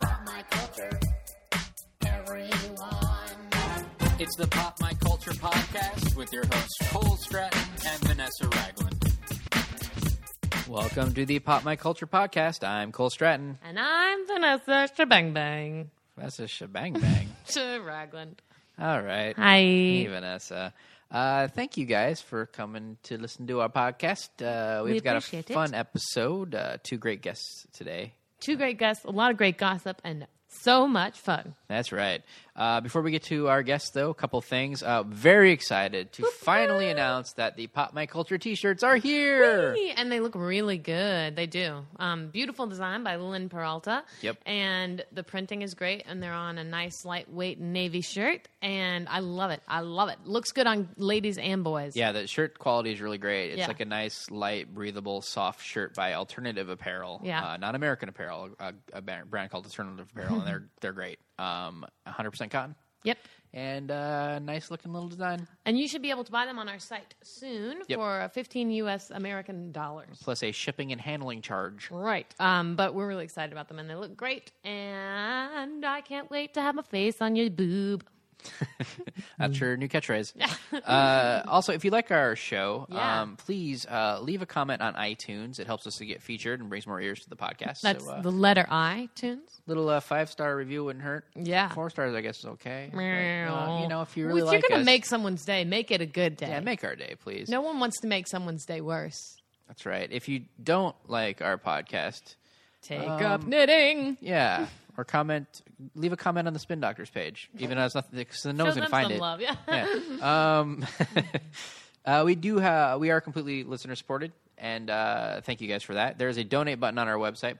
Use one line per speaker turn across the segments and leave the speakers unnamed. my culture. Everyone. It's the Pop My Culture podcast with your hosts Cole Stratton and Vanessa Ragland. Welcome to the Pop My Culture podcast. I'm Cole Stratton.
And I'm Vanessa Shebang Bang.
That's a shebang bang.
Ragland.
All right.
Hi.
Hey, Vanessa. Uh, thank you guys for coming to listen to our podcast. Uh, we've
We
got a
appreciate it.
fun episode. Uh, two great guests today.
Two great guests, a lot of great gossip, and so much fun.
That's right. Uh, before we get to our guests, though, a couple things. Uh, very excited to finally announce that the Pop My Culture T-shirts are here.
Whee! And they look really good. They do. Um, beautiful design by Lynn Peralta.
Yep.
And the printing is great, and they're on a nice lightweight navy shirt, and I love it. I love it. Looks good on ladies and boys.
Yeah, the shirt quality is really great. It's
Yeah.
like a nice, light, breathable, soft shirt by Alternative Apparel.
Yeah.
uh, not American Apparel, a, a ba- brand called Alternative Apparel, and they're they're great. Um, 100% cotton
Yep.
and uh, nice looking little design.
And you should be able to buy them on our site soon
Yep.
for 15 US American dollars.
plus a shipping and handling charge.
Right. Um, but we're really excited about them and they look great. And I can't wait to have my face on your boob.
That's your new catchphrase. uh, also, if you like our show,
Yeah.
um, please uh, leave a comment on iTunes. It helps us to get featured and brings more ears to the podcast.
That's
so, uh,
the letter I, tunes.
little uh, five star review wouldn't hurt.
Yeah.
four stars I guess is okay. But,
Meow.
uh, you know, if you really
if
like
you're gonna
us-
make someone's day, make it a good day.
yeah, make our day, please.
no one wants to make someone's day worse.
That's right. If you don't like our podcast,
Take
Um,
up knitting.
yeah, or comment, leave a comment on the Spin Doctors page, even though it's nothing because no
Show
one's
them
gonna find
some
it.
love. Yeah.
yeah. Um, uh, we do have we are completely listener supported, and uh, thank you guys for that. There is a donate button on our website,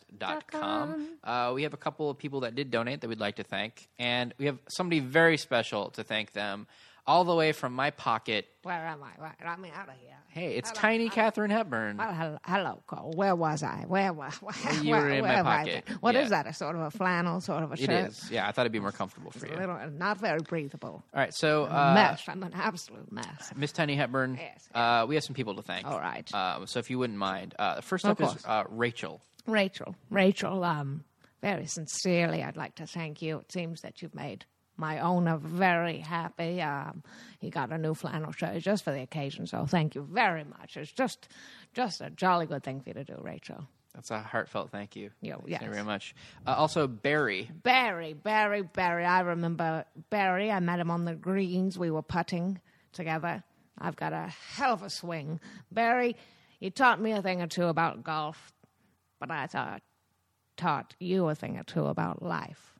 popmyculturepodcast.com. Uh, we have a couple of people that did donate that we'd like to thank, and we have somebody very special to thank them, all the way from my pocket.
Where am I? Where, let me out of here.
Hey, it's tiny Catherine Hepburn.
Oh, hel- hello, Cole. Where was I? Where was where,
you were in my
where was I?
pocket.
What
Yeah.
is that? A sort of a flannel, sort of a
It
shirt.
is. Yeah, I thought it'd be more comfortable for you.
A
All
little, not very breathable.
right, so uh,
mess. I'm an absolute mess.
Miss Tiny Hepburn,
Yes,
Uh, we have some people to thank.
All right.
Um, so if you wouldn't mind, uh, first
Of
up is
course.
uh, Rachel.
Rachel, Rachel, um, very sincerely, I'd like to thank you. It seems that you've made my owner very happy. Um, he got a new flannel shirt just for the occasion, so thank you very much. It's just, just a jolly good thing for you to do, Rachel.
That's a heartfelt thank you.
Yeah,
Thanks
yes.
very much. Uh, also, Barry.
Barry, Barry, Barry. I remember Barry. I met him on the greens. We were putting together. I've got a hell of a swing. Barry, you taught me a thing or two about golf, but I thought taught you a thing or two about life.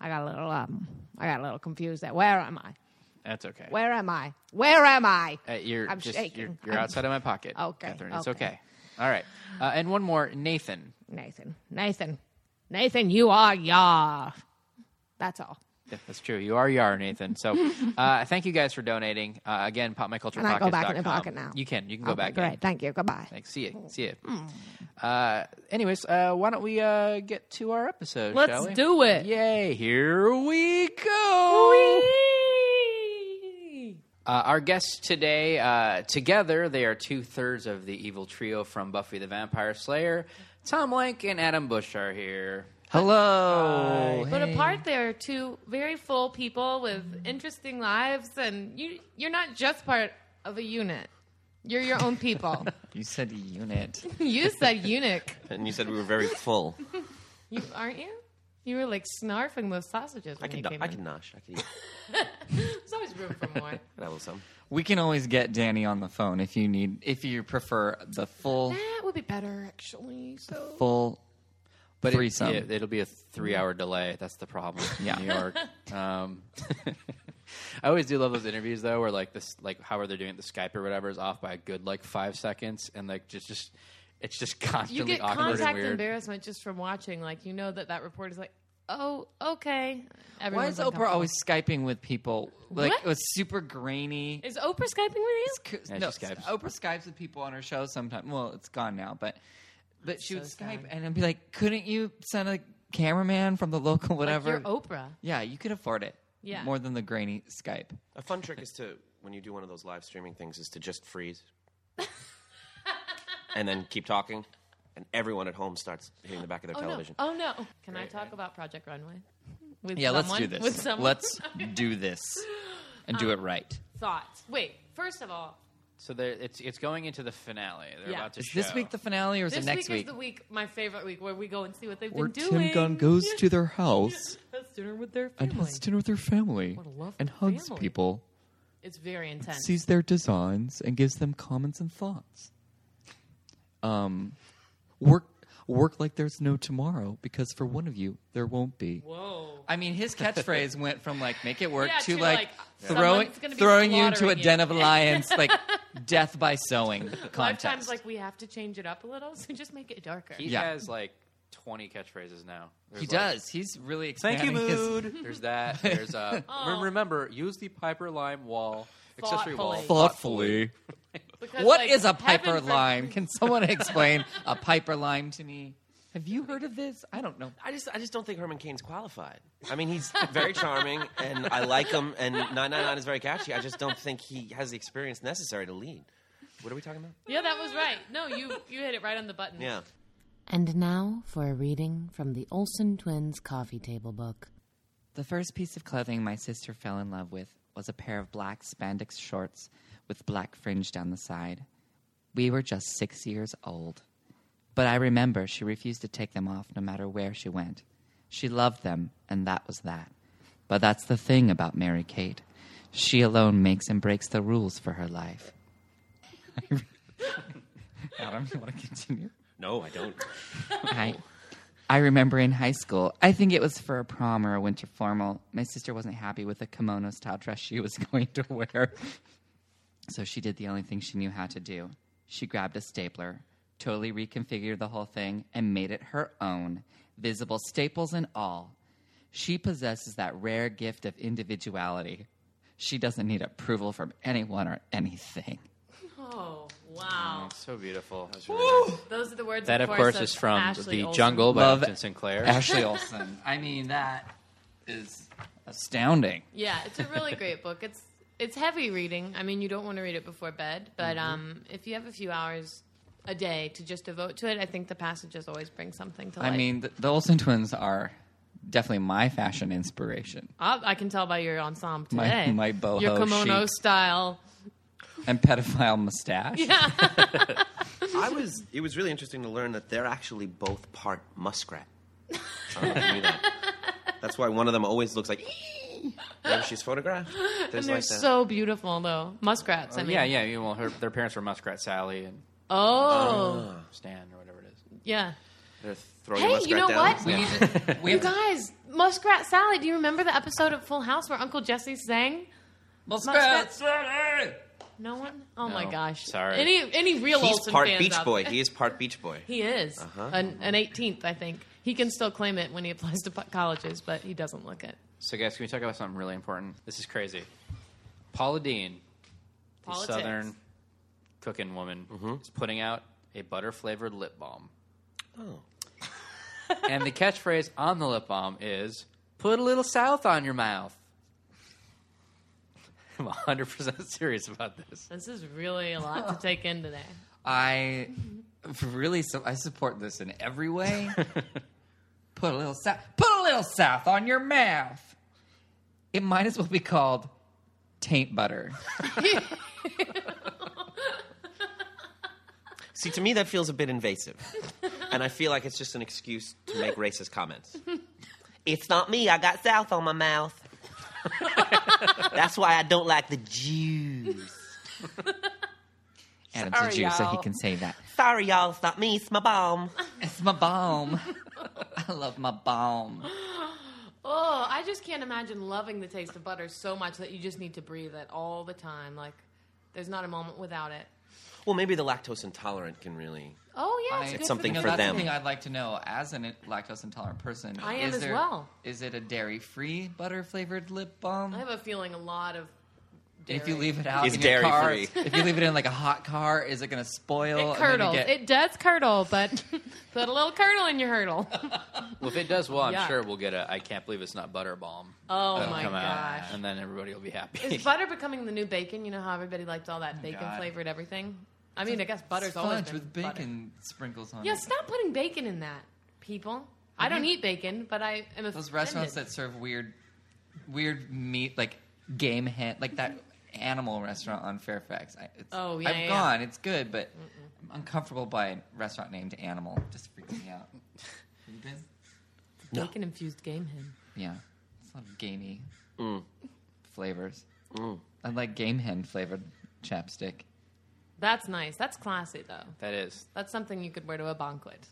I got a little um, I got a little confused there. Where am I?
That's okay.
Where am I? Where am I?
Uh, you're
I'm
just
shaking.
you're, you're
I'm-
outside of my pocket.
Okay,
Catherine. It's okay.
okay.
All right. Uh, and one more, Nathan.
Nathan, Nathan, Nathan. You are yar. That's all.
Yeah, That's true. You are you are Nathan. So, uh, thank you guys for donating. Uh, again, popmyculturepockets.com.
Can I go back in the pocket now?
You can. You can go
Okay,
back.
Great.
In.
Thank you. Goodbye.
Thanks. See
Mm.
you. See you. Uh, anyways, uh, why don't we uh, get to our episode?
Let's
shall we?
do it.
Yay! Here we go. Uh, our guests today, uh, together, they are two thirds of the evil trio from Buffy the Vampire Slayer. Tom Lank and Adam Bush are here. Hello.
But apart, there are two very full people with interesting lives, and you, you're not just part of a unit. You're your own people.
You said unit.
you said eunuch,
And you said we were very full.
you, aren't you? You were like snarfing those sausages
I
when
can,
you
no-
came
I
in.
can nosh. I can eat.
There's always room for more.
And I will some.
We can always get Danny on the phone if you need, if you prefer the full,
that would be better, actually. So
full.
But it,
threesome.
it, it'll be a three-hour delay. That's the problem. in
Yeah.
New York. Um, I always do love those interviews though, where like this, like however they're doing it, the Skype or whatever is off by a good like five seconds, and like just just it's just constantly
you get
awkward and
contact
weird.
embarrassment just from watching. Like you know that that reporter's like, oh, okay.
Why
Everyone's
is Oprah
uncomfortable.
always skyping with people? Like
What?
it was super grainy.
Is Oprah skyping with you?
It's c-
Yeah,
no,
she Skypes.
Oprah skypes with people on her show sometimes. Well, it's gone now, but but she would
so
Skype
sad.
and I'd be like, "Couldn't you send a cameraman from the local
Like
whatever?"
you're Oprah.
yeah, you could afford it.
Yeah.
more than the grainy Skype.
A fun trick is to, when you do one of those live streaming things, is to just freeze. and then keep talking. and everyone at home starts hitting the back of their
Oh
television.
no! Oh no! Can I talk about Project Runway? With
Yeah, let's do
someone? With
this.
someone?
Let's do this and do it right.
thoughts. Wait, first of all,
So they're, it's it's going into the finale. They're
Yeah.
about to
Is
show.
this week the finale or is
this
it next
week,
week?
is the week, my favorite week, where we go and see what they've
Where
been doing.
Tim Gunn goes to their house
has dinner with their
and
family.
has dinner with their family
What a lovely
and hugs
family.
people,
it's very intense.
sees their designs, and gives them comments and thoughts. Um, work work like there's no tomorrow because for one of you there won't be.
Whoa!
I mean, his catchphrase went from like "make it work"
Yeah,
to,
to,
like,
like,
throwing
someone's gonna be
throwing you into a
slaughtering
den
you.
of lions, like death by sowing
A lot of
contest.
times, like we have to change it up a little, so just make it darker.
He
Yeah.
has like twenty catchphrases now. There's,
he
like,
does. He's really
Thank
expanding
you,
his
mood.
There's that. There's uh.
Oh.
rem- Remember, use the Piper Lime wall accessory wall
Thoughtfully.
thoughtfully.
Because,
What
like,
is a
heaven
piper
for-
lime? Can someone explain a piper lime to me? Have you heard of this? I don't know.
I just, I just don't think Herman Cain's qualified. I mean, he's very charming, and I like him, and 999 is very catchy. I just don't think he has the experience necessary to lead. What are we talking about?
Yeah, that was right. No, you you hit it right on the button.
Yeah.
And now for a reading from the Olsen Twins coffee table book.
The first piece of clothing my sister fell in love with was a pair of black spandex shorts with black fringe down the side. We were just six years old. But I remember she refused to take them off no matter where she went. She loved them, and that was that. But that's the thing about Mary Kate. She alone makes and breaks the rules for her life. Adam, you want to continue?
No, I don't.
I, I remember in high school, I think it was for a prom or a winter formal, my sister wasn't happy with the kimono style dress she was going to wear. So she did the only thing she knew how to do. She grabbed a stapler, totally reconfigured the whole thing, and made it her own, visible staples and all. She possesses that rare gift of individuality. She doesn't need approval from anyone or anything.
Oh wow!
So beautiful. That's really nice.
Those are the words.
That of course is from
Ashley
the
Olsen.
Jungle by
Love-
Upton Sinclair.
Ashley Olsen. I mean, that is astounding.
Yeah, it's a really great book. It's it's heavy reading. I mean, you don't want to read it before bed,
Mm-hmm.
but um, if you have a few hours a day to just devote to it, I think the passages always bring something to light.
I mean, the, the Olsen twins are definitely my fashion inspiration.
Ah, I can tell by your ensemble
My-
today.
my boho
your kimono
chic.
style.
And pedophile mustache.
I was. It was really interesting to learn that they're actually both part muskrat. I don't know if you knew that. That's why one of them always looks like whenever she's photographed. There's
And they're
like that.
so beautiful, though.
Oh,
Muskrats. I mean,
yeah, yeah. you- Well, her, their parents were Muskrat Sally and
Oh,
Stan or whatever it is.
yeah.
They're throwing
Hey,
muskrat
you know
down.
what?
We need to, we
You
have to,
guys, Muskrat Sally. Do you remember the episode of Full House where Uncle Jesse sang?
muskrat.
No one. Oh my
No.
gosh.
Sorry.
Any any real
He's
Olsen
part
fans
Beach
out
Boy.
there-
He is part Beach Boy.
He is
Uh-huh.
an, an 18th, I think. He can still claim it when he applies to po- colleges, but he doesn't look it.
So, guys, can we talk about something really important? This is crazy. Paula Dean, the
Politics.
Southern cooking woman,
Mm-hmm.
is putting out a butter flavored lip balm.
Oh.
and the catchphrase on the lip balm is "Put a little south on your mouth." I'm 100 percent serious about this.
This is really a lot to take in today.
I really so I support this in every way. put a little south. Put a little south on your mouth. It might as well be called taint butter.
See, to me, that feels a bit invasive, and I feel like it's just an excuse to make racist comments. It's not me. I got south on my mouth. That's why I don't like the Jews.
Adam's a
Sorry,
Jew, so he
y'all.
can say that.
Sorry, y'all. It's not me. It's my bomb.
It's my balm. I love my balm.
Oh, I just can't imagine loving the taste of butter so much that you just need to breathe it all the time. Like, there's not a moment without it.
Well, maybe the lactose intolerant can really.
Oh, yeah.
I-
It's, good
It's something
for
you know,
the-
for
that's
them.
the thing I'd like to know as a lactose intolerant person.
I am
is
as
there-
well.
Is it a dairy free butter flavored lip balm?
I have a feeling a lot of.
if you leave it out
It's
in your car,
dairy-free.
if you leave it in like a hot car, is it going to spoil?
It
and then you
curdles.
get-
It does curdle, but put a little curdle in your hurdle.
Well, if it does well, I'm
Yuck.
sure we'll get a. I can't believe it's not butter balm.
Oh
That'll
my
come out,
gosh.
and then everybody will be happy.
Is butter becoming the new bacon? You know how everybody liked all that bacon flavored everything? I mean, I guess butter's always
Fudge
been
with
butter.
bacon sprinkles on
Yeah,
it.
stop putting bacon in that, people. I don't eat bacon, but I am a
Those restaurants that serve weird, weird meat like game hen, like that animal restaurant on Fairfax. I, it's,
Oh, yeah,
I've
yeah,
gone. It's good, but I'm uncomfortable by a restaurant named Animal. Just freaks me out. Have you been?
bacon infused game hen.
Yeah, it's a lot of gamey
Mm.
flavors. I like game hen flavored chapstick.
That's nice. That's classy though.
That is.
That's something you could wear to a banquet.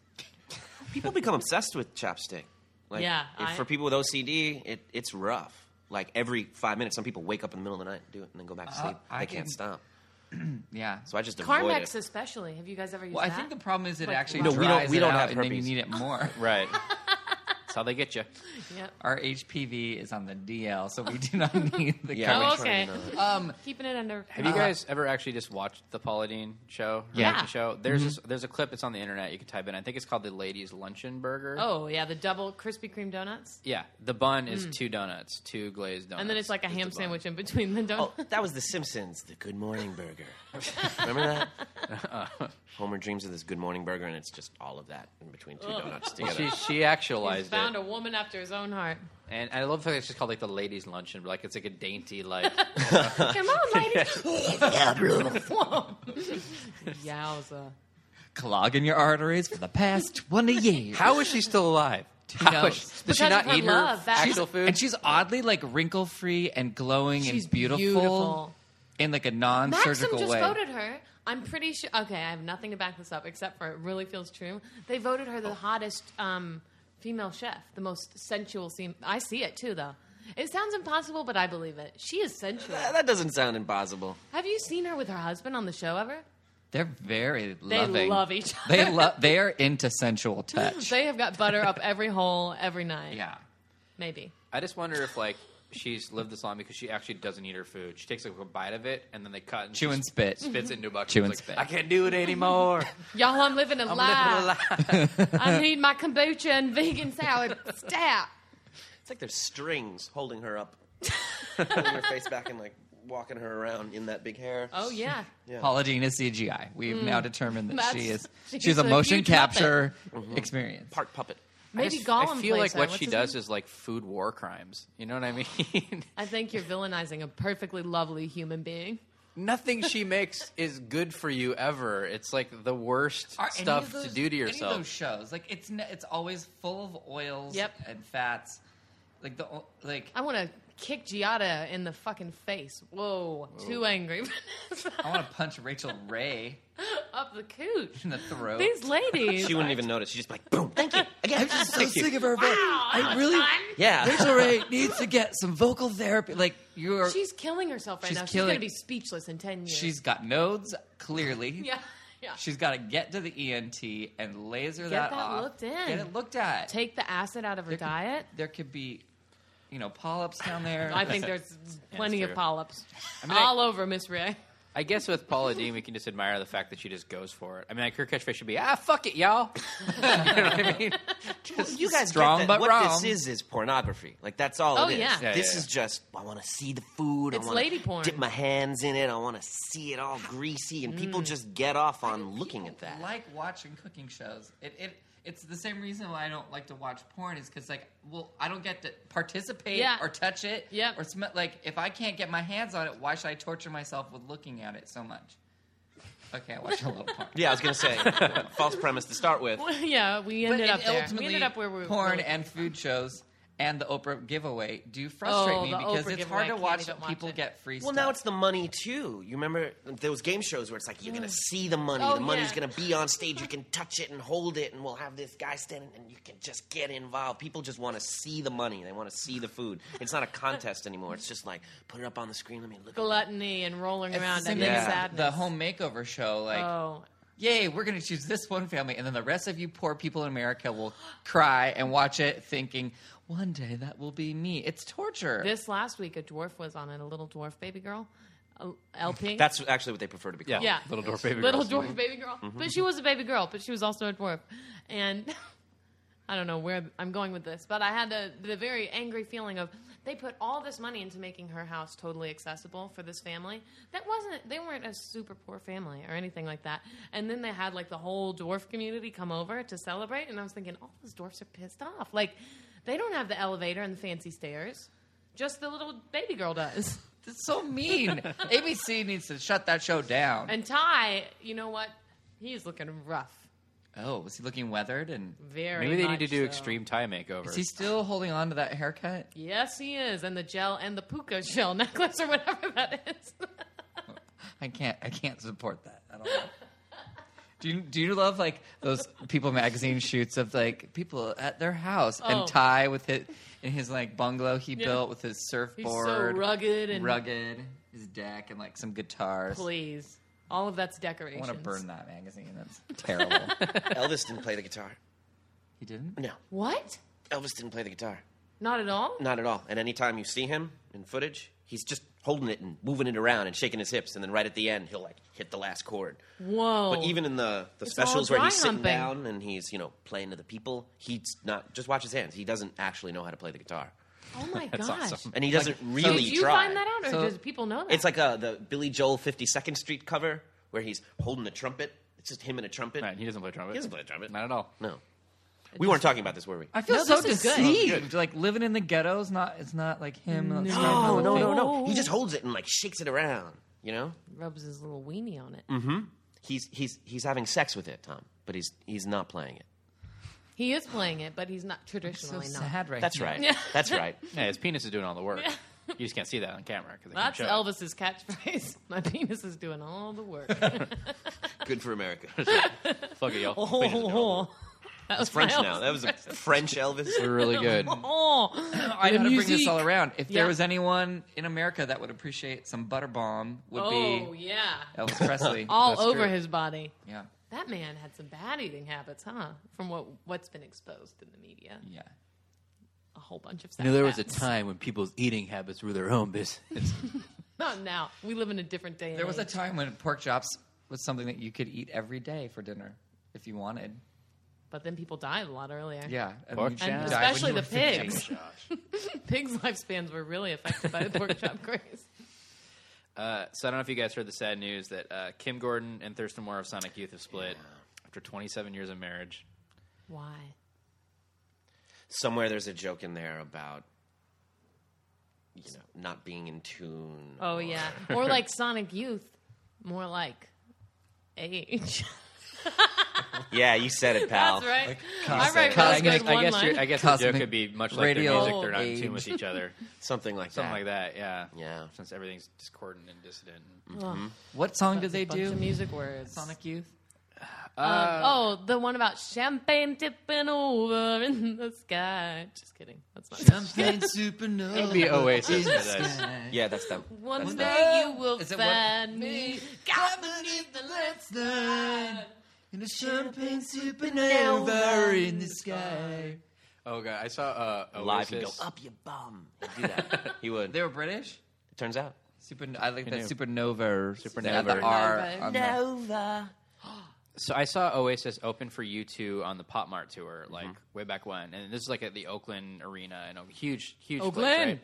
People become obsessed with chapstick. Like,
Yeah,
if-
I-
for people with OCD, it, it's rough. Like every five minutes, some people wake up in the middle of the night, do it, and then go back to
Uh,
sleep.
I
they can't
didn't-
stop.
Yeah.
So I just avoid
Carmex
it.
especially. Have you guys ever used
well, I
that?
think the problem is it
Like,
actually
No,
we don't-
dries
we
it
don't
out
have
and then you
herpes.
need it more.
Right. That's how they get you.
Yep.
Our HPV is on the DL, so we do not need the
Yeah,
Oh,
we're
okay.
trying to-
Um,
Keeping it under. Uh-huh.
Have you guys ever actually just watched the Paula Deen show?
Yeah.
Reality Show. There's this, there's a clip. It's on the internet. You can type in. I think it's called the Ladies Luncheon Burger.
Oh yeah, the double Krispy Kreme donuts,
Yeah. The bun is two donuts, two glazed donuts,
Mm. and then it's like a
is the
ham
bun.
sandwich in between the donuts.
Oh, that was The Simpsons, the Good Morning Burger. Remember that? Homer dreams of this Good Morning Burger, and it's just all of that in between
Oh.
two donuts
Well,
together.
she she
He's
actualized
found
it,
a woman after his own heart.
and I love the fact it's just called like the ladies' luncheon, but like it's like a dainty like
Come on, ladies. Yowza.
clogging your arteries for the past 20 years.
How is she still alive? How is
knows?
she, does she
Because of
not
her
eat
love,
her
that-
actual food?
And she's oddly like wrinkle free and glowing
She's
and beautiful,
beautiful.
in like a
Maxim
non-surgical
just
way.
voted her. I'm pretty sure. Okay, I have nothing to back this up except for it really feels true. They voted her the hottest um, female chef, the most sensual. Seem I see it too, though. It sounds impossible, but I believe it. She is sensual.
Ah, that doesn't sound impossible.
Have you seen her with her husband on the show ever?
They're very
They
loving.
love each other.
They love. They are into sensual touch.
They have got butter up every hole every night.
yeah.
maybe.
I just wonder if like she's lived this long because she actually doesn't eat her food. She takes like a bite of it and then they cut and
Chew
she
and spit.
spits
Mm-hmm.
it into a bucket.
Chew
She's
and
like,
spit.
I can't do it anymore.
Y'all, I'm living a lie. I need my kombucha and vegan salad stat.
It's like there's strings holding her up, holding her face back, and like walking her around in that big hair.
Oh yeah,
Paula Deen is CGI. We've now determined that she is.
That's-
Mm. She's,
she's
a,
a
motion
huge puppet.
capture experience.
Part puppet.
I
maybe
just-
Gollum.
I feel like
plays her.
what
What's
she
his
does
name?
is like food war crimes. You know what I mean?
I think you're villainizing a perfectly lovely human being.
Nothing she makes is good for you ever. It's like the worst
Are any
stuff
of
to
those-
do to
Any of those
yourself.
shows, like it's ne- it's always full of oils
Yep.
and fats. Like the o- like
I want to kick Giada in the fucking face. Whoa, too angry.
I want to punch Rachel Ray
Up the cooch.
in the throat.
These ladies.
She wouldn't even notice. She's just like, boom, thank you. Again,
I'm just so
thank you.
sick of her. but I really
Yeah.
Rachel Ray needs to get some vocal therapy. Like you're, she's,
She's killing herself right
She's
now. She's
killing-
going to be speechless in 10 years.
she's got nodes clearly.
Yeah. Yeah.
She's got to get to the ENT and laser
Get that
off.
looked in.
Get it looked at.
Take the acid out of her
There could-
diet.
There could be, you know, polyps down there.
I think there's plenty
it's
of
true.
polyps
mean, I-
all over Miss Ray.
I guess with Paula Dean, we can just admire the fact that she just goes for it. I mean, like her catchphrase should be, "Ah, fuck it, y'all."
You guys
Strong
get that.
but
what
wrong.
this is is pornography. Like that's all
Oh,
it is.
yeah.
Yeah,
this
yeah,
is just I want to see the food.
It's
I wanna
lady porn.
Dip my hands in it. I want to see it all greasy, and people just get off on looking at that.
like watching cooking shows. It, it it's the same reason why I don't like to watch porn is because like, well, I don't get to participate
Yeah.
or touch it.
Yep.
Or smell. Like, if I can't get my hands on it, why should I torture myself with looking at it so much? Okay, I watch a little porn.
yeah, I was gonna say false premise to start with.
yeah, we ended
it
up there.
ultimately,
We ended up where we were.
porn and food shows and the Oprah giveaway do frustrate
Oh,
me
the
because
Oprah
it's
giveaway,
hard
I
to
can't
watch
even watch
people
it.
get free
Well,
stuff.
now it's the money too. You remember those game shows where it's like you're gonna see the money.
Oh,
the money's
yeah.
gonna be on stage. You can touch it and hold it, and we'll have this guy standing, and you can just get involved. People just want to see the money. They want to see the food. It's not a contest anymore. It's just like put it up on the screen. Let me look. at it.
Gluttony and rolling
It's the
around
same
and
thing
then
Yeah.
as
sadness.
the home makeover show. Like,
Oh,
yay, we're going to choose this one family, and then the rest of you poor people in America will cry and watch it, thinking, one day that will be me. It's torture.
This last week, a dwarf was on it, a little dwarf baby girl, a LP.
That's actually what they prefer to be called.
yeah,
Little dwarf baby Mm-hmm.
little
girls.
dwarf baby girl. But she was a baby girl, but she was also a dwarf, and I don't know where I'm going with this, but I had the, the very angry feeling of they put all this money into making her house totally accessible for this family. That wasn't, they weren't a super poor family or anything like that. And then they had like the whole dwarf community come over to celebrate. And I was thinking, all those dwarfs are pissed off. Like, they don't have the elevator and the fancy stairs, just the little baby girl does.
That's so mean. ABC needs to shut that show down.
And Ty, you know what? He's looking rough.
Oh, was he looking weathered? And
Very
Maybe they need
much
to do
so.
extreme tie makeover.
is he still holding on to that haircut?
Yes, he is, and the gel and the puka shell necklace or whatever that is.
I can't. I can't support that. I don't know. Do you, do you love like those People magazine shoots of like people at their house
Oh.
and Ty with it in his like bungalow he
Yeah.
built with his
He's
surfboard,
so rugged and
rugged, his deck and like some guitars.
please. All of that's
I
decoration.
want to burn that magazine. That's terrible.
Elvis didn't play the guitar.
he didn't.
No,
What?
Elvis didn't play the guitar.
Not at all.
Not at all. And any time you see him in footage, he's just holding it and moving it around and shaking his hips, and then right at the end, he'll like hit the last chord.
Whoa.
But even in the, the
all
specials where he's
dry
sitting
humping.
down and he's you know playing to the people, he's not just watch his hands. He doesn't actually know how to play the guitar,
oh my gosh.
awesome.
and he doesn't
Did
really
you
try.
find that out, or
So-
does people know that?
It's like uh the Billy Joel 52nd Street cover where he's holding a trumpet. It's just him and a trumpet.
Right, he doesn't play trumpet.
He doesn't play the trumpet.
Not at all.
No, we weren't talking about this, were we?
I feel
No,
so
this is good.
deceived. Like living in the ghetto is not. It's not like him. No,
No, no, no, no.
No.
He just holds it and like shakes it around. You know,
rubs his little weenie on it.
he's he's he's having sex with it, Tom, but he's he's not playing it.
He is playing it, but he's not
So
traditionally not.
sad, right?
That's
now.
right. That's right.
Yeah, his penis is doing all the work. You just can't see that on camera because
That's
show. it.
Elvis's catchphrase. My penis is doing all the work.
Good for America.
Fuck it, y'all.
Oh,
Penis is doing all
that was
French
my
now.
Elvis
That was a French Elvis.
the work. We're really good.
Oh,
I
the
gotta bring this
musique.
all around. If there
Yeah.
was anyone in America that would appreciate some butter bomb, would
Oh
be
yeah,
Elvis Presley.
all
That's
over
true.
his body.
yeah,
That man had some bad eating habits, huh? From what what's been exposed in the media,
yeah.
a whole bunch of.
You know, there was a
setbacks.
time when people's eating habits were their own business.
Not now. We live in a different day. and
There was a
age.
time when pork chops was something that you could eat every day for dinner if you wanted.
but then people died a lot earlier.
Yeah, and
Pork
you
chops.
died when
Especially
you were
the
15.
pigs. Pigs' lifespans were really affected by the pork chop craze.
uh, so I don't know if you guys heard the sad news that uh, Kim Gordon and Thurston Moore of Sonic Youth have split after 27 years of marriage.
Why?
Somewhere there's a joke in there about you know not being in tune.
Oh yeah, or like Sonic Youth, more like age.
Yeah, you said it, pal.
That's right. I
cosmic-
write
I
those
cosmic-
guess,
good
I
one
guess,
line.
you're- I guess the joke
Cosmic
could be much like their
radio
music; they're not in
age.
tune with each other,
Something like
something
that.
like that. Yeah,
Yeah.
Since everything's discordant and dissident.
What song did they
Bunch of
do?
music words.
Sonic Youth. Uh,
Um, oh, the one about champagne tipping over in the sky. Just kidding. That's not.
Something supernova.
It'd be Oasis for this.
Yeah, that's them.
One
That's
day
not-
you will
Is it what-
find me.
Got beneath the lights line in a champagne supernova in the sky.
Oh god, I saw uh, Oasis.
Live, he'd go up your bum. He'd do that. he would.
They were British.
Turns out.
Super, I like that
knew?
supernova. Supernova. Had the
Supernova.
R on there.
Nova.
So I saw Oasis open for U2 on the Pop Mart tour, like way back when, and this is like at the Oakland Arena, and a huge, huge place,
Oakland!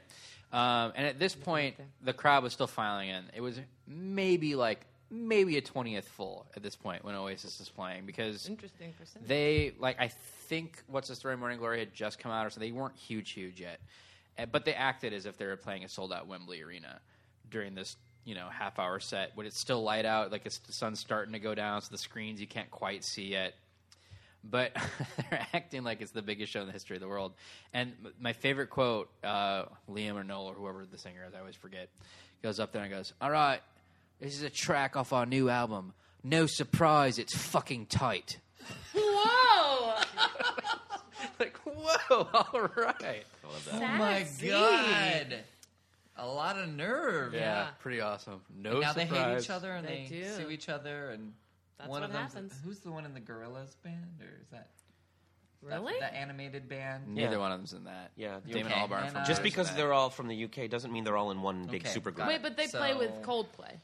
right? Um, and at this point, the crowd was still filing in. It was maybe like maybe a twentieth full at this point when Oasis was playing because
Interesting
Oh
percentage.
they like I think what's the story Morning Glory had just come out or something. They weren't huge, huge yet, Uh, but they acted as if they were playing a sold out Wembley Arena during this you know half hour set when it's still light out, like it's the sun's starting to go down, so the screens you can't quite see yet. But they're acting like it's the biggest show in the history of the world. And m- my favorite quote, uh, Liam or Noel or whoever the singer is, I always forget, goes up there and goes, "All right, this is a track off our new album. No surprise, it's fucking tight."
Whoa!
like, whoa, all right.
Oh my
Sassy.
god! A lot of nerve.
Yeah,
Yeah.
pretty awesome. No
Now they hate
surprise.
each other and they,
They do.
sue each other and.
That's
one
what
of them.
happens.
Who's the one in the Gorillas band, or is that that's
Really?
the animated band?
Neither
Yeah.
one of them's in that.
Yeah,
Damon
okay.
Albarn
And,
from
uh,
Just
Others
because
in that.
they're all from the UK doesn't mean they're all in one big
Okay,
super
got
group.
it.
Wait, but they play with
So-
Coldplay.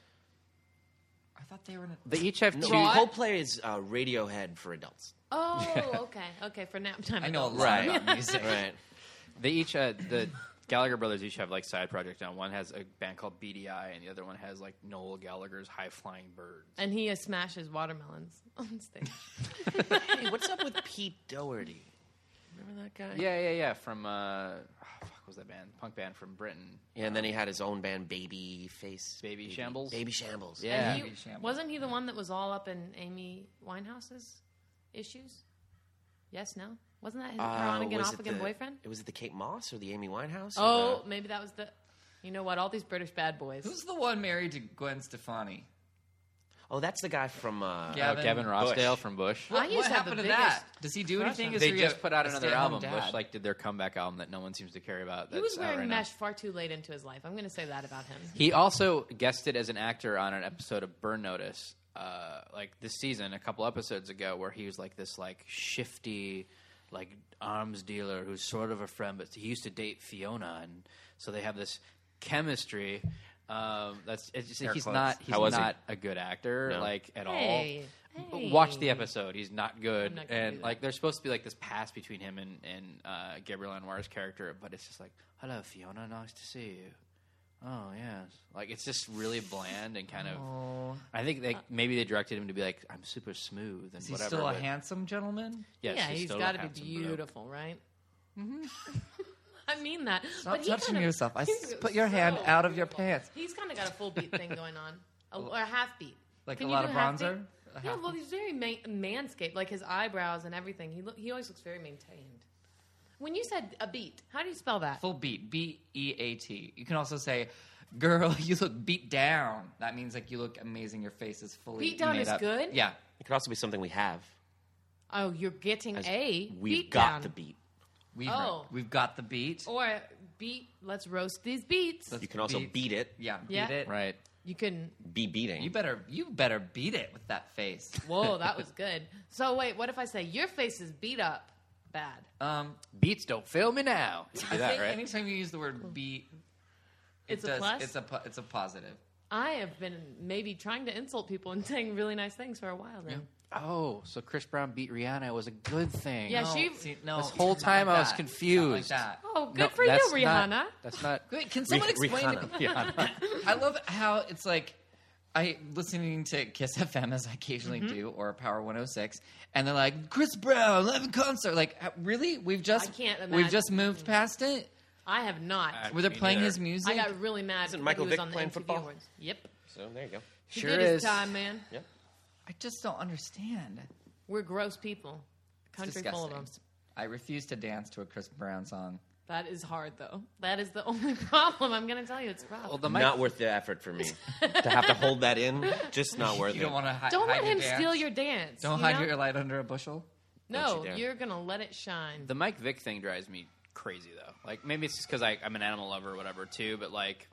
I thought they were. In
They each have
No,
two.
Coldplay is uh, Radiohead for adults.
Oh, okay, okay. For nap time,
I know a
adults.
lot
Right.
about music.
Right.
They each uh, the Gallagher brothers each have like side projects now. One has a band called BDI, and the other one has like Noel Gallagher's High Flying Birds.
And he uh, smashes watermelons on stage.
Hey, what's up with Pete Doherty? Remember that guy?
Yeah, yeah, yeah. From uh, oh, fuck was that band? Punk band from Britain.
Yeah, and then he had his own band, Baby Face,
Baby Shambles?
Baby Shambles.
Yeah,
And he- wasn't he the one that was all up in Amy Winehouse's issues? Yes, no. Wasn't that his, her
Uh,
on again,
was
off
it
again
the-
boyfriend?
Was it the Kate Moss or the Amy Winehouse? or
Oh, maybe that was the. You know what? All these British bad boys.
Who's the one married to Gwen Stefani?
the- oh, that's the guy from. Uh,
Yeah.
Oh, Gavin
Gavin
Rossdale
Bush.
from Bush.
I used
what
to have the
happened to
biggest-
that? Does he do anything? Is
They
he
just
a-
put out
a
another
stay-at-home
album.
dad?
Bush like did their comeback album that no one seems to care about. That's
He was
out
wearing
right now.
mesh far too late into his life. I'm going to say that about him.
He also guested as an actor on an episode of Burn Notice, uh, like this season, a couple episodes ago, where he was like this like shifty, like arms dealer who's sort of a friend, but he used to date Fiona, and so they have this chemistry. Um, that's it's just, he's
quotes.
not he's
How was he?
not a good actor like at
Hey,
all.
hey.
Watch the episode; he's not good,
not gonna do
and
that.
like there's supposed to be like this pass between him and and uh, Gabriel Anwar's character, but it's just like, "Hello, Fiona, nice to see you." Oh yes, like it's just really bland and kind of.
Oh.
I think
Uh,
they maybe they directed him to be like I'm super smooth and
Is he
whatever.
still a
but-
handsome gentleman?
Yes,
yeah, he's
still a
got to be
handsome bloke.
beautiful, right? I mean that.
Mm-hmm. Stop
but he
touching
kinda-
yourself. I
he
s-
was
put your hand
so
out of your
beautiful.
pants.
He's kind of got a full beat thing going on, a, or a half beat.
Like
Can
a
you
lot
do
of
half beat?
bronzer? A
Yeah,
half
well, he's very ma- manscaped, like his eyebrows and everything. He look, he always looks very maintained. When you said a beat, how do you spell that?
Full beat, B E A T. You can also say, "Girl, you look beat down." That means like you look amazing. Your face is fully
Beat down
made
is
up.
good?
Yeah,
It could also be something we have.
Oh, you're getting
as
a
We've
beat
got
down.
the beat.
we've
Oh.
we've got the beat.
or beat. Let's roast these beats.
Let's
You can also
beat-
beat it.
Yeah,
Yeah.
beat it.
right?
you can
Be beating.
You better you better beat it with that face.
Whoa, that was good. So wait, what if I say your face is beat up bad?
Um,
Beats don't fail me now. You
I
do that
think
right?
anytime you use the word beat,
It's
it
a
does,
plus.
It's a po- it's a positive.
I have been maybe trying to insult people and saying really nice things for a while now.
Oh, so Chris Brown beat Rihanna was a good thing.
Yeah, she-
see, no,
This whole
not
time
like
I was
that.
confused.
Not like that.
Oh, good
No,
for you,
that's
Rihanna.
Not, that's not.
Wait, can someone
Rih-
explain? to
Rihanna.
me- I love how it's like I listening to Kiss FM as I occasionally
Mm-hmm.
do, or Power 106, and they're like Chris Brown live in concert. Like, uh, really? We've just
I can't
we've
imagine.
just moved past it.
I have not.
Where they're
Me
playing
neither.
his music.
I got really mad
Isn't
when
Michael
he was
Vick
on the
playing
MTV
football?
Awards. Yep,
so there you go.
he
Sure
did
is.
his time, man.
I just don't understand.
We're gross people.
It's
Country full of
disgusting.
them.
I refuse to dance to a Chris Brown song.
That is hard, though. That is the only problem. I'm going to tell you, it's a problem.
Well, the mic-
Not worth the effort for me to have to hold that in. Just not worth
You
it.
don't want to hide.
Don't
hide
let
your
him
dance.
steal your dance.
Don't
you
hide
know?
your light under a bushel.
No,
Don't you dare.
you're going to let it shine.
The Mike Vick thing drives me crazy though. Like maybe it's just because I'm an animal lover or whatever too. But like,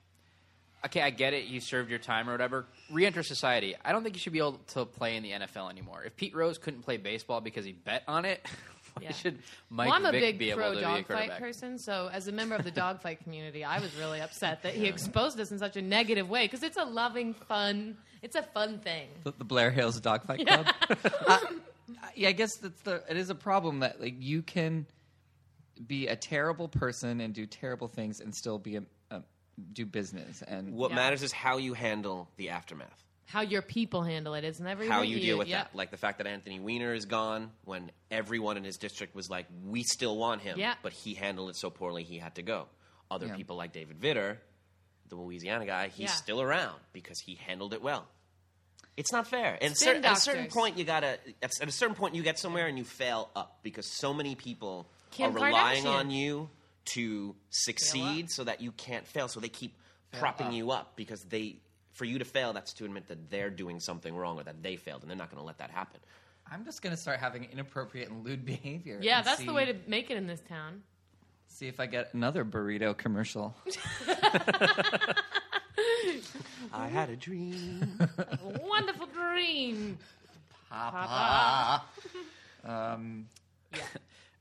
okay, I get it. You served your time or whatever. Re-enter society. I don't think you should be able to play in the NFL anymore. If Pete Rose couldn't play baseball because he bet on it, why
Yeah.
should Mike
well, I'm a
Vick
big
be able
pro
to be a
dog fight
quarterback?
person, so as a member of the dogfight community, I was really upset that he exposed us in such a negative way because it's a loving, fun, it's a fun thing.
the, the Blair Hills Dogfight Club. uh, yeah, I guess that's the. It is a problem that like you can be a terrible person and do terrible things and still be a, a do business and
What
Yeah.
matters is how you handle the aftermath.
How your people handle it is never
How
even
you deal with
yeah.
that. Like the fact that Anthony Weiner is gone when everyone in his district was like, we still want him,
Yeah.
but he handled it so poorly he had to go. Other
Yeah.
people like David Vitter, the Louisiana guy, he's
Yeah.
still around because he handled it well. It's not fair. And
Spin
cer- at a certain
doctors.
point, you gotta. At, at a certain point, you get somewhere and you fail up because so many people
Kim
are relying
Kardashian.
on you to succeed, so that you can't fail. So they keep propping you up because they, for you to fail, that's to admit that they're doing something wrong or that they failed, and they're not going to let that happen.
I'm just gonna start having inappropriate and lewd behavior.
Yeah,
and
that's
see,
the way to make it in this town.
see if I get another burrito commercial.
I had a dream.
Wonderful dream.
Uh, did you,
Um,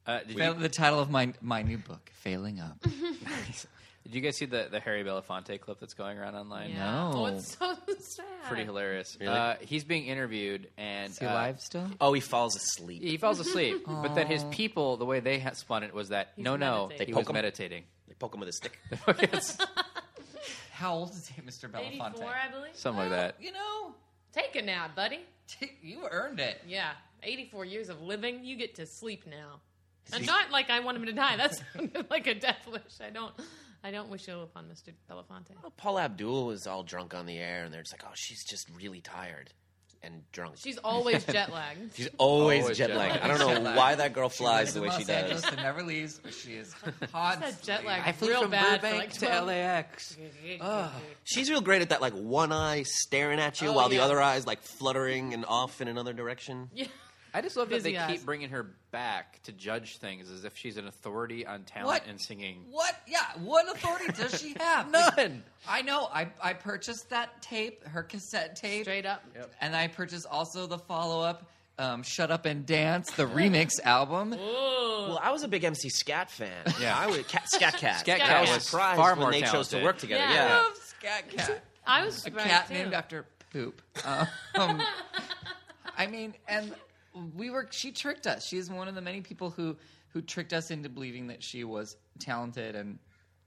Uh,
Fail- the title of my my new book, Failing Up.
Did you guys see the, the Harry Belafonte clip that's going around online?
Yeah.
No.
Oh, it's so sad.
Pretty hilarious. Uh, he's being interviewed and
Is he
uh,
alive still?
Oh, he falls asleep.
He falls asleep, but then his people, the way they had spun it was that no, no,
meditating.
he
They poke
was
him?
meditating.
They poke him with a stick.
It's
How old is he, Mr.
84, I believe.
Something like that.
You know,
Take a nap, buddy.
t- you earned it.
Yeah, 84 years of living. You get to sleep now. And not like I want him to die. That sounded like a death wish. I don't. I don't wish ill upon Mr. Belafonte.
Oh.
Paul Abdul was all drunk on the air, and they're just like, "Oh, she's just really tired and drunk.
She's always jet lagged.
She's always,
Always
jet
jet
lagged.
lagged.
I don't know
Jet lagged.
why that girl
She
flies
lives
the
in
way
Los
she does.
Angeles and never leaves. but She is
That
constantly.
jet lag
I
is real bad for like 12
LAX.
She's real great at that, like one eye staring at you
Oh,
while the
yeah.
other eye's like fluttering and off in another direction.
Yeah.
I just love that
Busy
they
eyes.
keep bringing her back to judge things as if she's an authority on talent
What?
and singing.
What? Yeah. What authority does she have?
None.
I know. I, I purchased that tape, her cassette tape.
Straight up.
And I purchased also the follow up, um, Shut Up and Dance, the remix album.
Well, I was a big MC Scat fan.
Yeah.
I was Cat, Scat Cat.
Scat
I was
Cat was
surprised
far
when
more
they chose to
talented.
work together.
Yeah.
Yeah,
Yeah.
Scat Cat.
I was
A
right
cat
too.
named after poop. Um, I mean, and we were. She tricked us. She is one of the many people who who tricked us into believing that she was talented and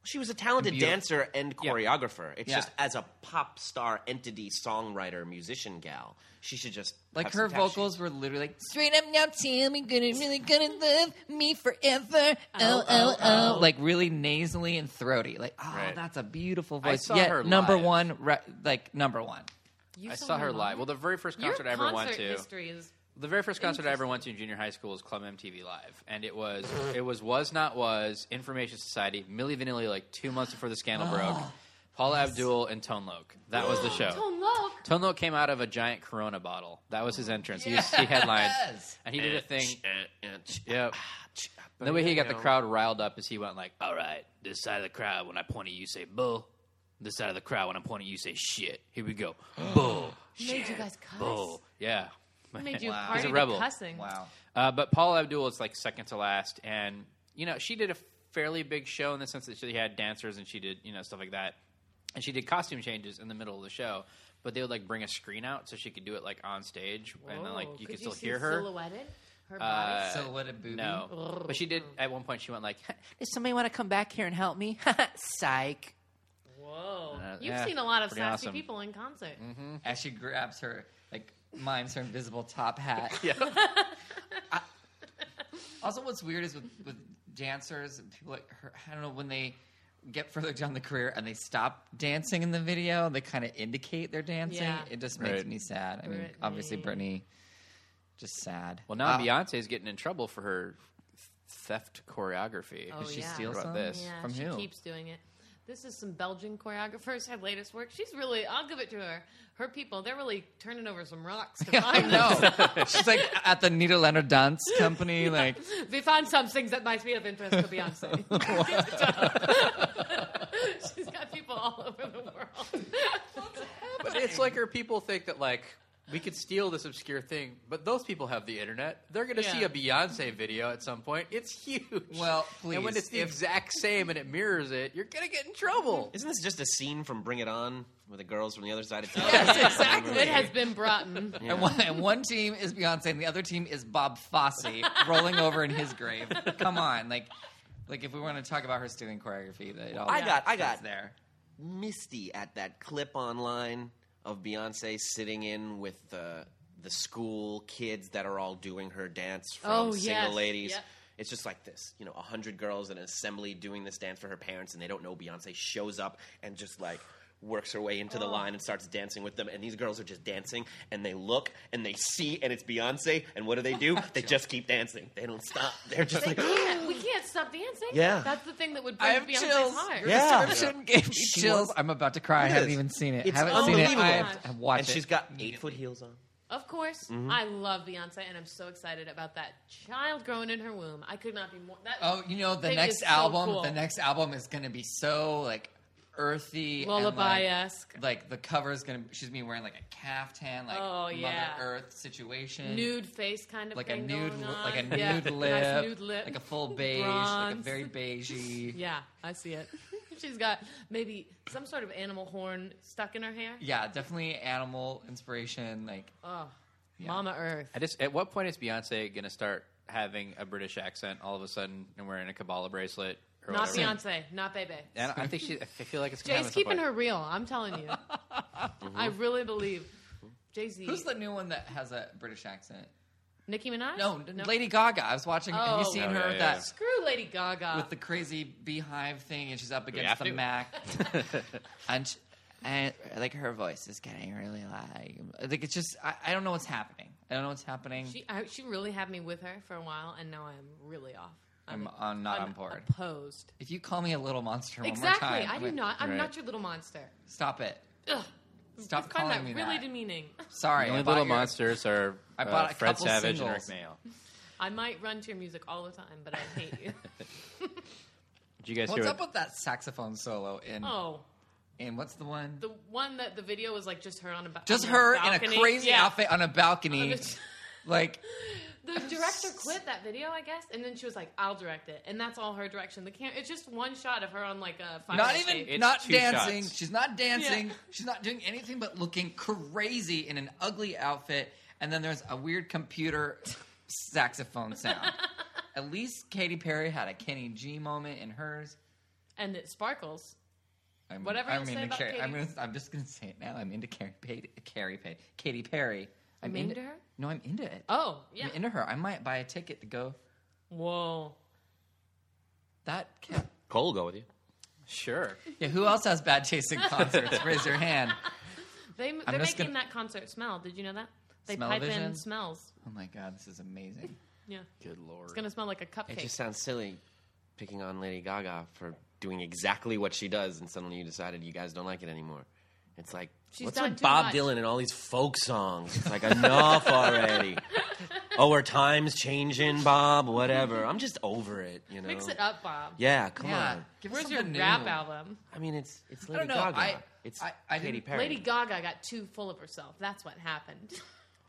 she was a talented
Beautiful.
dancer and choreographer. It's
Yeah.
just as a pop star, entity, songwriter, musician gal, she should just
like
have
her
some passion.
vocals were literally like
Straight up now, Tim, you're gonna really gonna love me forever. Oh, oh, oh.
oh, like really nasally and throaty. Like, oh,
Right.
that's a beautiful
I
voice.
saw
Yet
her
number
live.
one, re- like number one.
You
I saw her live. Well, the very first
Your
concert I ever went
concert
to.
history is
The very first concert I ever went to in junior high school was Club MTV Live, and it was it was was not was Information Society, Milli Vanilli, like two months before the scandal broke, Paula Abdul and Tone Loc. That was the show.
Tone Loc.
Tone Loc came out of a giant Corona bottle. That was his entrance. He, was, he headlined,
Yes.
and he did a thing.
Eh, eh, ch-
Yep. The way he got the crowd riled up is he went like, "All right, this side of the crowd when I point at you say bull, this side of the crowd when I point at you say shit." Here we go, bull,
Made you guys cuss.
bull, yeah.
Made you
He's
party
a
to
rebel.
cussing.
Uh, but Paula Abdul is like second to last, and you know she did a fairly big show in the sense that she had dancers and she did you know stuff like that, and she did costume changes in the middle of the show. But they would like bring a screen out so she could do it like on stage, and then like
Whoa,
you could,
you
still
see
hear her. Uh,
silhouetted. Her body.
Silhouetted booby.
No, but she did. At one point, she went like,
Does somebody want to come back here and help me? Psych.
Whoa! You've
uh, yeah,
seen a lot of
pretty
sassy
awesome. Mm.
people in concert.
As she grabs her, like mimes her invisible top hat.
"Yeah,
Also, what's weird is with, with dancers, people like her, I don't know when they get further down the career and they stop dancing in the video, they kind of indicate they're dancing.
Yeah.
It just makes
Right.
me sad. I mean, obviously Britney, just sad.
Well, now
Uh,
Beyonce's getting in trouble for her theft choreography.
Oh,
she
yeah.
steal
What about
some?
this?
Yeah,
From
she
who?
keeps doing it. This is some Belgian choreographers. Her latest work. She's really. I'll give it to her. Her people. They're really turning over some rocks to find this.
no, she's like at the Nederlander Dance Company. Like,
We found some things that might be of interest to Beyonce. She's got people all over the world.
But it's like her people think that like we could steal this obscure thing, but those people have the internet. They're going to
Yeah.
see a Beyonce video at some point. It's huge.
well, please.
and when it's the
if-
exact same and it mirrors it, you're going to get in trouble.
Isn't this just a scene from Bring It On where the girls from the other side of town?
yes, exactly.
It has been brought mm. in.
And one, and one team is Beyonce, and the other team is Bob Fosse rolling over in his grave. Come on, like, like if we want to talk about her stealing choreography, that it all
I got, I
fits
got
there.
misty at that clip online of Beyonce sitting in with the the school kids that are all doing her dance from
Oh,
single
yes.
ladies.
Yep.
It's just like this, you know, a hundred girls in an assembly doing this dance for her parents, and they don't know Beyonce shows up and just like works her way
Oh.
into the line and starts dancing with them and these girls are just dancing and they look and they see and it's Beyonce and what do they do? They just keep dancing. They don't stop. They're just like
Yeah, we can't stop dancing.
Yeah.
That's the thing that would
I
break
have
Beyonce's
chills.
heart.
Yeah.
description gave me
She
chills.
was-
I'm about to cry. I
Look at
haven't
this.
even seen it.
It's
haven't seen it.
unbelievable.
I have, I have watched
and
it.
she's got eight foot heels on.
Of course, I love Beyonce, and I'm so excited about that child growing in her womb. I could not be more. That
Oh, you know the
thing
next
is so
album.
cool.
The next album is going to be so like earthy, and,
lullaby
like,
esque.
like the cover is going to. She's gonna be wearing like a caftan, like
Oh, yeah.
Mother Earth situation.
Nude face kind of
like a
thing
nude,
going
li-
on.
like a nude
yeah.
lip,
nice nude lip,
like a full beige, like a
Bronze.
very beigey.
yeah, I see it. She's got maybe some sort of animal horn stuck in her hair. Oh,
Yeah, definitely animal inspiration. Like,
Mama Earth.
I just at what point is Beyonce gonna start having a British accent all of a sudden and wearing a Kabbalah bracelet? Or
Not
whatever?
Beyonce, not Bebe.
And I think she. I feel like it's. gonna happen
Jay's
at some
keeping
point.
her real. I'm telling you. I really believe Jay Z.
who's the new one that has a British accent?
Nicki Minaj?
No, Lady Gaga. I was watching. Have you
Oh.
seen
Oh,
her
yeah,
with
yeah,
that
yeah.
Screw Lady Gaga.
with the crazy beehive thing, and she's up against
have
the
to.
Mac, and, sh and like her voice is getting really loud. Like it's just, I, I don't know what's happening. I don't know what's happening.
she, I, she really had me with her for a while, and now I'm really off.
I'm, I'm not on board.
Opposed.
If you call me a little monster one
exactly.
more time,
I
I'm
do
like,
not. I'm
Right.
not your little monster.
Stop it.
Ugh.
Stop
I
calling
find that
me
really
that.
demeaning.
Sorry,
The
I
only
bought
little
your-
monsters are
I
uh,
bought a
Fred
couple
Savage and Rick
singles.
Mail.
I might run to your music all the time, but I hate you.
Did you guys
What's
hear?
up
what,
with that saxophone solo? In
oh,
in what's the one?
the one that the video was like just her on a ba-
just
on
her
a
in a
balcony.
crazy
Yeah.
outfit on a balcony.
the-
like
The director quit that video, I guess, and then she was like, "I'll direct it," and that's all her direction. The cam- it's just one shot of her on like a fire
not
escape.
even
It's
not
two
dancing.
shots.
She's not dancing.
Yeah.
She's not doing anything but looking crazy in an ugly outfit. And then there's a weird computer saxophone sound. At least Katy Perry had a Kenny G moment in hers.
and it sparkles.
I'm,
Whatever
I'm
you say
into
about
Carrie- I'm,
Katy-
gonna, I'm just gonna say it now. I'm into Carrie, Pay, Carrie Pay, Katy Perry. I'm
You into her?
No, I'm into it.
Oh yeah,
I'm into her. I might buy a ticket to go.
whoa.
That cat.
Cole will go with you.
sure.
Yeah. Who else has bad taste in concerts? Raise your hand.
They they're
just
making
gonna-
that concert smell. Did you know that they pipe
Smell-o-vision?
in smells?
Oh my god, this is amazing.
Yeah,
Good lord.
it's gonna smell like a cupcake.
It just sounds silly picking on Lady Gaga for doing exactly what she does, and suddenly you decided you guys don't like it anymore. It's like
She's
what's
done
with
too
Bob
much.
Dylan and all these folk songs? It's like enough already. Oh, are times changing, Bob? Whatever. I'm just over it. You know.
Mix it up, Bob.
Yeah, come
Yeah.
on.
Give us
Where's your
something
rap
new.
album?
I mean, it's it's
don't
Lady
know.
Gaga.
I-
it's
I- I
Katy
didn't-
Perry.
Lady Gaga got too full of herself. That's what happened.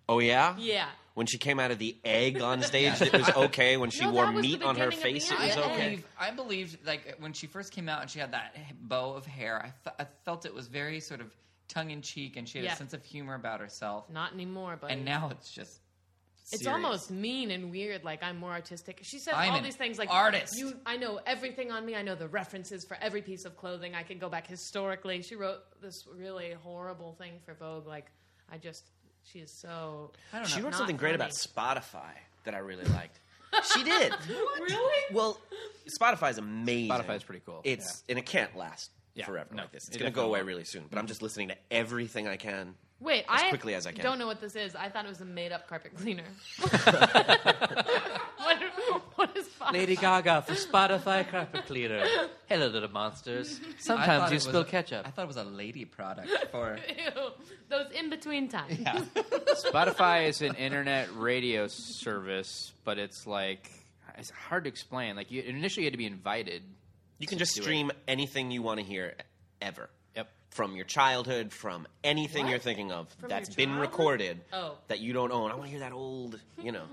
oh yeah.
yeah.
When she came out of the egg on stage, it was okay. When she
No,
wore
that was the
meat on her
beginning of
face,
the
it was
end.
I
okay.
believe, I believed, like, when she first came out and she had that h- bow of hair, I, fe- I felt it was very sort of tongue in cheek and she had
Yeah.
a sense of humor about herself.
Not anymore, but
And now it's just.
It's
serious.
almost mean and weird. Like I'm more artistic. She says
I'm
all
an
these things like
artist.
You, I know everything on me. I know the references for every piece of clothing. I can go back historically. She wrote this really horrible thing for Vogue. Like I just, she is so.
I don't know.
She wrote
not
something great about Spotify that I really liked. she did.
Really?
Well, Spotify's amazing.
Spotify's pretty cool.
It's and it can't last
Yeah,
forever
no,
like this. It's
it
going to go
definitely
away
won't.
really soon. But I'm just listening to everything I can.
Wait,
As
I
quickly as I can.
Don't know what this is. I thought it was a made-up carpet cleaner. what, what is Spotify?
Lady Gaga for Spotify carpet cleaner. Hello, little monsters.
I
Sometimes
thought
you
it was
spill
a-
ketchup.
I thought it was a lady product for.
Ew, those in between times.
Spotify is an internet radio service, but it's like it's hard to explain. Like you initially you had to be invited.
You can just
Do it.
stream anything you want to hear ever.
Yep.
From your childhood, from anything you're thinking of that's
your
been
childhood?
recorded
Oh.
that you don't own. I want to hear that old, you know,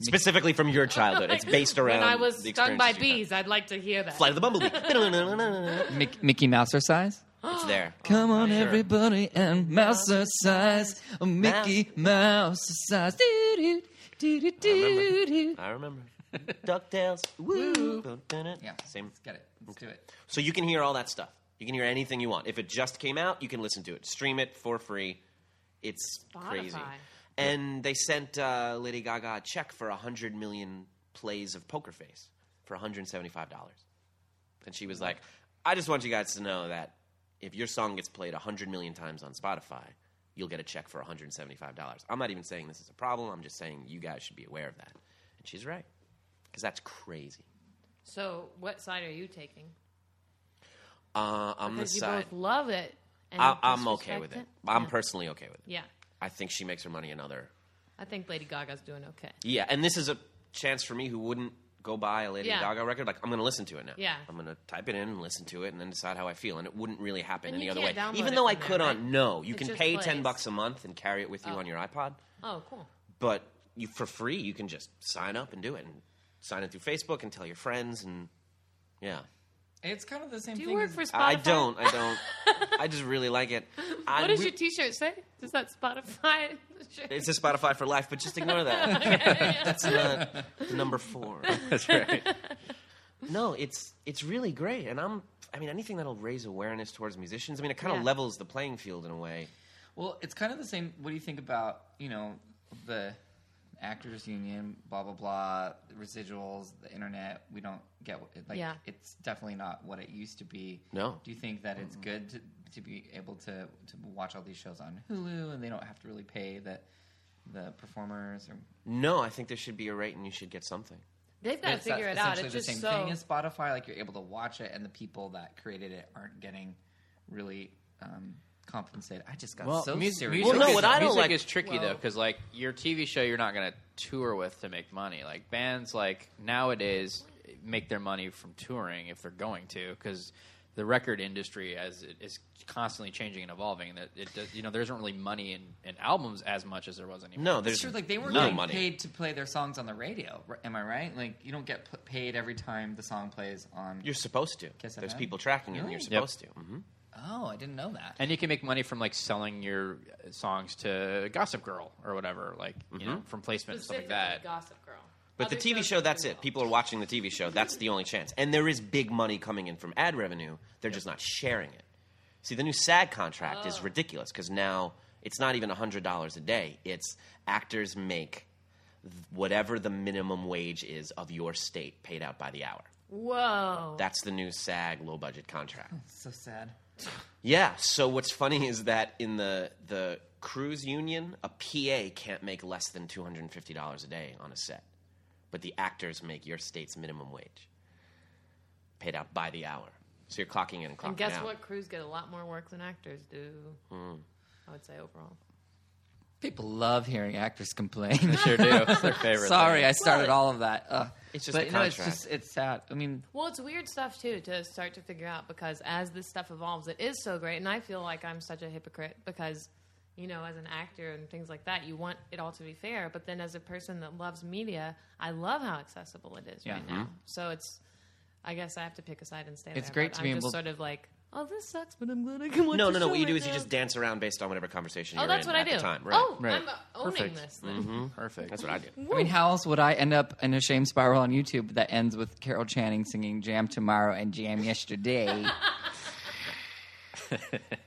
specifically from your childhood. It's based around
When I was
the
stung by
experiences you've had.
bees, I'd like to hear that.
Flight of the Bumblebee.
Mick, Mickey Mouser size?
it's there.
Come on, everybody, and Mouser size. Oh, Mickey Mouse size. Doo-doo, doo-doo, doo-doo.
I remember. DuckTales. Woo.
Yeah,
Same.
Let's get it. Let's do it.
So you can hear all that stuff. You can hear anything you want. If it just came out, you can listen to it. Stream it for free. It's crazy.
Spotify.
And they sent uh, Lady Gaga a check for 100 million plays of Poker Face for $175. And she was like, I just want you guys to know that if your song gets played 100 million times on Spotify, you'll get a check for $175. I'm not even saying this is a problem. I'm just saying you guys should be aware of that. And she's right. Because that's crazy.
So, what side are you taking?
Uh, on the
Because you
side.
both love it. And
I,
you
I'm okay
disrespect
with it. I'm
yeah.
personally okay with it.
Yeah,
I think she makes her money another.
I think Lady Gaga's doing okay.
Yeah, and this is a chance for me who wouldn't go buy a Lady
Yeah.
Gaga record. Like, I'm going to listen to it now.
Yeah.
I'm going to type it in and listen to it and then decide how I feel. And it wouldn't really happen
And
any
you
other way.
can't download
Even
it
though I
from there,
could
right?
on no, you
It
can
just
pay
plays.
10 bucks a month and carry it with you on your iPod.
Oh, cool.
But you for free, you can just sign up and do it and sign it through Facebook and tell your friends and yeah.
It's kind of the same
Do you
thing.
work
as-
for Spotify?
I don't. I don't. I just really like it. I,
What does
we-
your T-shirt say? Does that Spotify? shirt-
it's a Spotify for life, but just ignore that. That's not the number four.
That's right.
No, it's it's really great, and I'm. I mean, anything that'll raise awareness towards musicians. I mean, it kind of
Yeah.
levels the playing field in a way.
Well, it's kind of the same. What do you think about you know the actors union, blah blah blah, residuals, the internet? We don't get what- like
Yeah.
it's definitely not what it used to be.
No.
Do you think that it's good to, to be able to to watch all these shows on Hulu and they don't have to really pay the the performers or
No, I think there should be a rate, and you should get something.
They've got to
It's not-
figure it out.
essentially
It's
the
just
same
so.
thing as Spotify. Like you're able to watch it, and the people that created it aren't getting really um, compensated. I just got so
mus-
serious.
Well, no,
is-
what I don't
music
like-
is tricky though, because like your TV show, you're not going to tour with to make money. Like bands, like nowadays, make their money from touring if they're going to, because the record industry as it is constantly changing and evolving, and that it does, you know there isn't really money in, in albums as much as there was anymore.
No,
It's
there's
true. Like they weren't
no
getting
money.
paid to play their songs on the radio. r- Am I right? Like you don't get p- paid every time the song plays on.
You're supposed to.
Guess I
there's
am.
people tracking it. and
Really?
You're supposed to. hmm
oh, I didn't know that.
And you can make money from like selling your uh, songs to Gossip Girl or whatever, like you know, from placement and stuff like that.
Specifically Gossip Girl.
But the
Other
TV
shows
show,
don't
that's
do
it.
well.
People are watching the TV show. That's the only chance. And there is big money coming in from ad revenue. They're just not sharing it. See, the new SAG contract
Oh.
is ridiculous because now it's not even $100 a day. It's actors make th- whatever the minimum wage is of your state paid out by the hour.
Whoa.
That's the new SAG low budget contract.
so sad.
Yeah. So what's funny is that in the the cruise union, a PA can't make less than two hundred and fifty dollars a day on a set, but the actors make your state's minimum wage, paid out by the hour. So you're clocking in and clocking
And guess
out.
what? Crews get a lot more work than actors do.
Hmm.
I would say overall.
People love hearing actors complain.
Sure do. It's their favorite.
Sorry,
thing.
I started all of that. Ugh.
It's just
but,
the
no, it's
contract.
just it's sad. I mean,
Well, it's weird stuff too to start to figure out because as this stuff evolves, it is so great, and I feel like I'm such a hypocrite because, you know, as an actor and things like that, you want it all to be fair, but then as a person that loves media, I love how accessible it is
Yeah.
right now. So it's, I guess I have to pick a side and stand.
It's
there,
great to
but I'm
be
just
able-
sort of like, oh, this sucks, but I'm glad I can watch.
no,
the
no, no.
show
What you
right
do is you
now."
just dance around based on whatever conversation
Oh,
you're
that's
in
what I
at
do.
the time. Right.
Oh,
Right.
I'm uh, owning
Perfect.
this. Then.
Perfect.
That's what I do.
I mean, how else would I end up in a shame spiral on YouTube that ends with Carol Channing singing "Jam Tomorrow" and "Jam Yesterday"?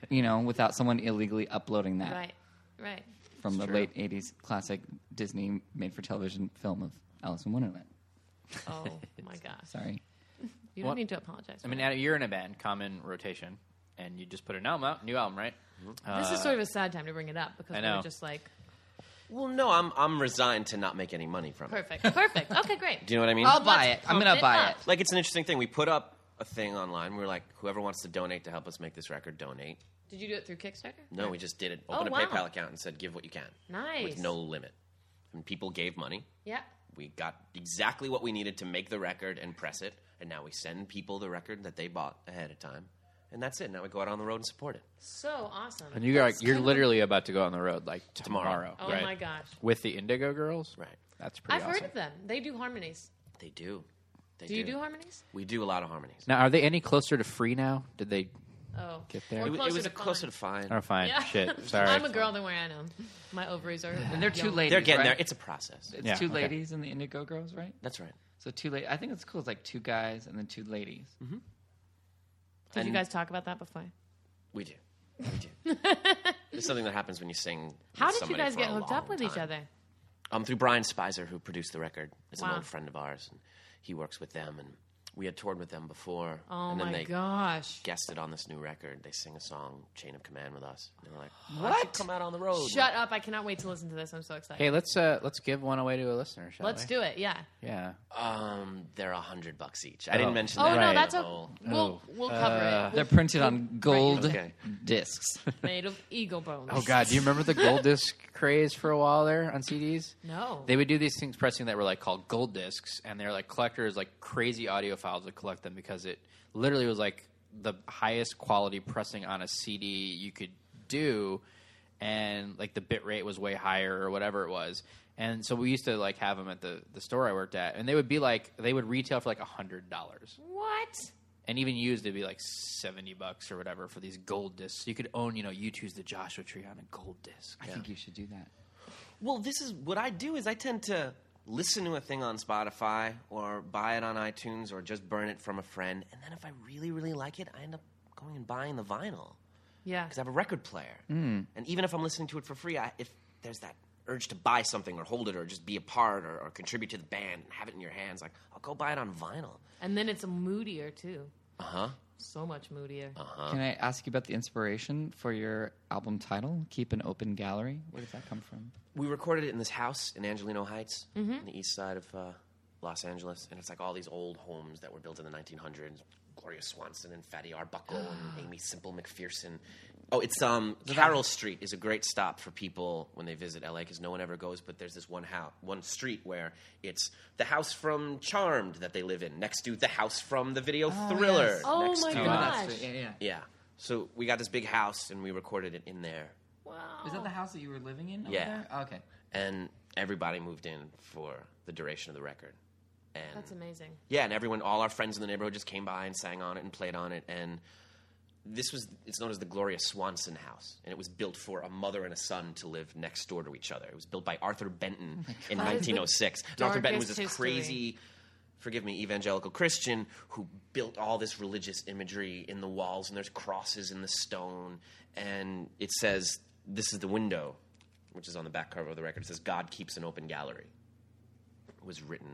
you know, without someone illegally uploading that
Right, right.
from the late '80s classic Disney made-for-television film of Alice in Wonderland.
Oh my gosh,
Sorry.
you don't
What-
need to apologize.
I
for
mean,
that.
Adam, you're in a band, common rotation, and you just put an album out, new album, right?
this is sort of a sad time to bring it up because
I
we
know.
we're just like.
Well, no, I'm I'm resigned to not make any money from it.
Perfect. Perfect. Okay, great.
Do you know what I mean?
I'll buy it. I'm gonna
it
buy it.
up.
like it's an interesting thing. We put up a thing online. We were like, whoever wants to donate to help us make this record, donate.
Did you do it through Kickstarter?
No, we just did it. Open a
Oh, wow.
PayPal account and said, give what you can.
Nice.
With no limit. And people gave money.
Yeah.
We got exactly what we needed to make the record and press it. And now we send people the record that they bought ahead of time. And that's it. Now we go out on the road and support it.
So awesome.
And you are you're literally about to go on the road like
Tomorrow.
tomorrow.
Oh
right?
my gosh.
With the Indigo Girls,
Right.
That's pretty.
I've
awesome.
heard of them. They do harmonies.
They do. They
Do you do harmonies?
We do a lot of harmonies.
Now, are they any closer to free now? Did they?
Oh.
Get there.
Or
It, wa- it
closer
was
to
a closer
fun.
to fine.
Oh, fine.
Yeah.
Shit. Sorry.
I'm a girl, don't worry, I know. My ovaries are.
And they're two
young.
ladies.
They're getting there.
right?
It's a process.
It's
Yeah,
two
okay.
ladies and the Indigo Girls, right?
That's right.
So two ladies. I think it's cool. It's like two guys and then two ladies.
Mm-hmm. Did you guys talk about that before?
We do. We do. It's something that happens when you sing. with
How did you
somebody
guys
for
get
a
hooked
long
up with each
time.
other?
um, through Brian Spicer, who produced the record. It's an
Wow.
old friend of ours, and he works with them. And we had toured with them before.
Oh
and then
my
they
gosh.
guested on this new record. They sing a song, "Chain of Command," with us. And they're like, "Why don't you come out on the road?"
Shut up. I cannot wait to listen to this. I'm so excited.
Hey, let's uh, let's give one away to a listener, shall
Let's
we?
do it. Yeah.
eh? Yeah.
Um, they're a hundred bucks each. I didn't mention
Oh,
that.
no,
Right.
that's okay.
Oh.
We'll, we'll cover
Uh,
it.
They're printed on gold
Okay.
discs.
Made of eagle bones.
Oh God, do you remember the gold disc craze for a while there on CDs?
No.
They would do these things pressing that were like called gold discs, and they're like collectors, like crazy audiophiles would collect them because it literally was like the highest quality pressing on a CD you could do, and like the bit rate was way higher or whatever it was. And so we used to like have them at the the store I worked at, and they would be like they would retail for like a hundred dollars.
What?
and even used it'd be like 70 bucks or whatever for these gold discs. You could own, you know, you choose the Joshua Tree on a gold disc.
I think you should do that.
Well, this is what I do is I tend to listen to a thing on Spotify or buy it on iTunes or just burn it from a friend, and then if I really really like it, I end up going and buying the vinyl
Yeah.
because I have a record player. And even if I'm listening to it for free, I, if there's that urge to buy something or hold it or just be a part or, or contribute to the band and have it in your hands, like I'll go buy it on vinyl.
And then it's moodier too.
Uh
Uh-huh.
huh.
So much moodier.
Uh-huh.
Can I ask you about the inspiration for your album title, Keep an Open Gallery? Where did that come from?
we recorded it in this house in Angelino Heights,
Mm-hmm.
on the east side of uh, Los Angeles, and it's like all these old homes that were built in the 1900s. Gloria Swanson and Fatty Arbuckle and Amy Simple McPherson. Oh, it's um Carroll Street is a great stop for people when they visit LA because no one ever goes. But there's this one house, one street where it's the house from Charmed that they live in next to the house from the video Thriller.
Oh
next
my
to-
gosh.
Yeah. So we got this big house and we recorded it in there.
Is that the house that you were living in? Oh,
Yeah. there?
okay.
and everybody moved in for the duration of the record. And
That's amazing.
yeah, and everyone, all our friends in the neighborhood just came by and sang on it and played on it. And this was, it's known as the Gloria Swanson House. And it was built for a mother and a son to live next door to each other. It was built by Arthur Benton in
That is the
1906. And Arthur Benton was this
darkest history.
crazy, forgive me, evangelical Christian who built all this religious imagery in the walls. And there's crosses in the stone. And it says, this is the window, which is on the back cover of the record. It says, God keeps an open gallery. It was written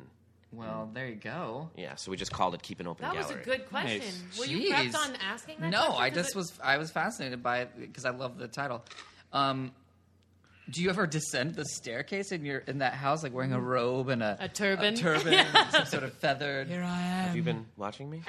Mm-hmm.
Well, there you go.
yeah, so we just called it Keep an Open
That
Gallery.
was a good question.
Nice.
Were you prepped
Jeez.
on asking that?
No,
question?
I
'Cause
just
it-
was I was fascinated by it because I love the title. Um, do you ever descend the staircase in your in that house like
Mm-hmm.
wearing a robe and a,
A turban.
turban, and some sort of feathered? Here I
Have you been
Mm-hmm.
watching me?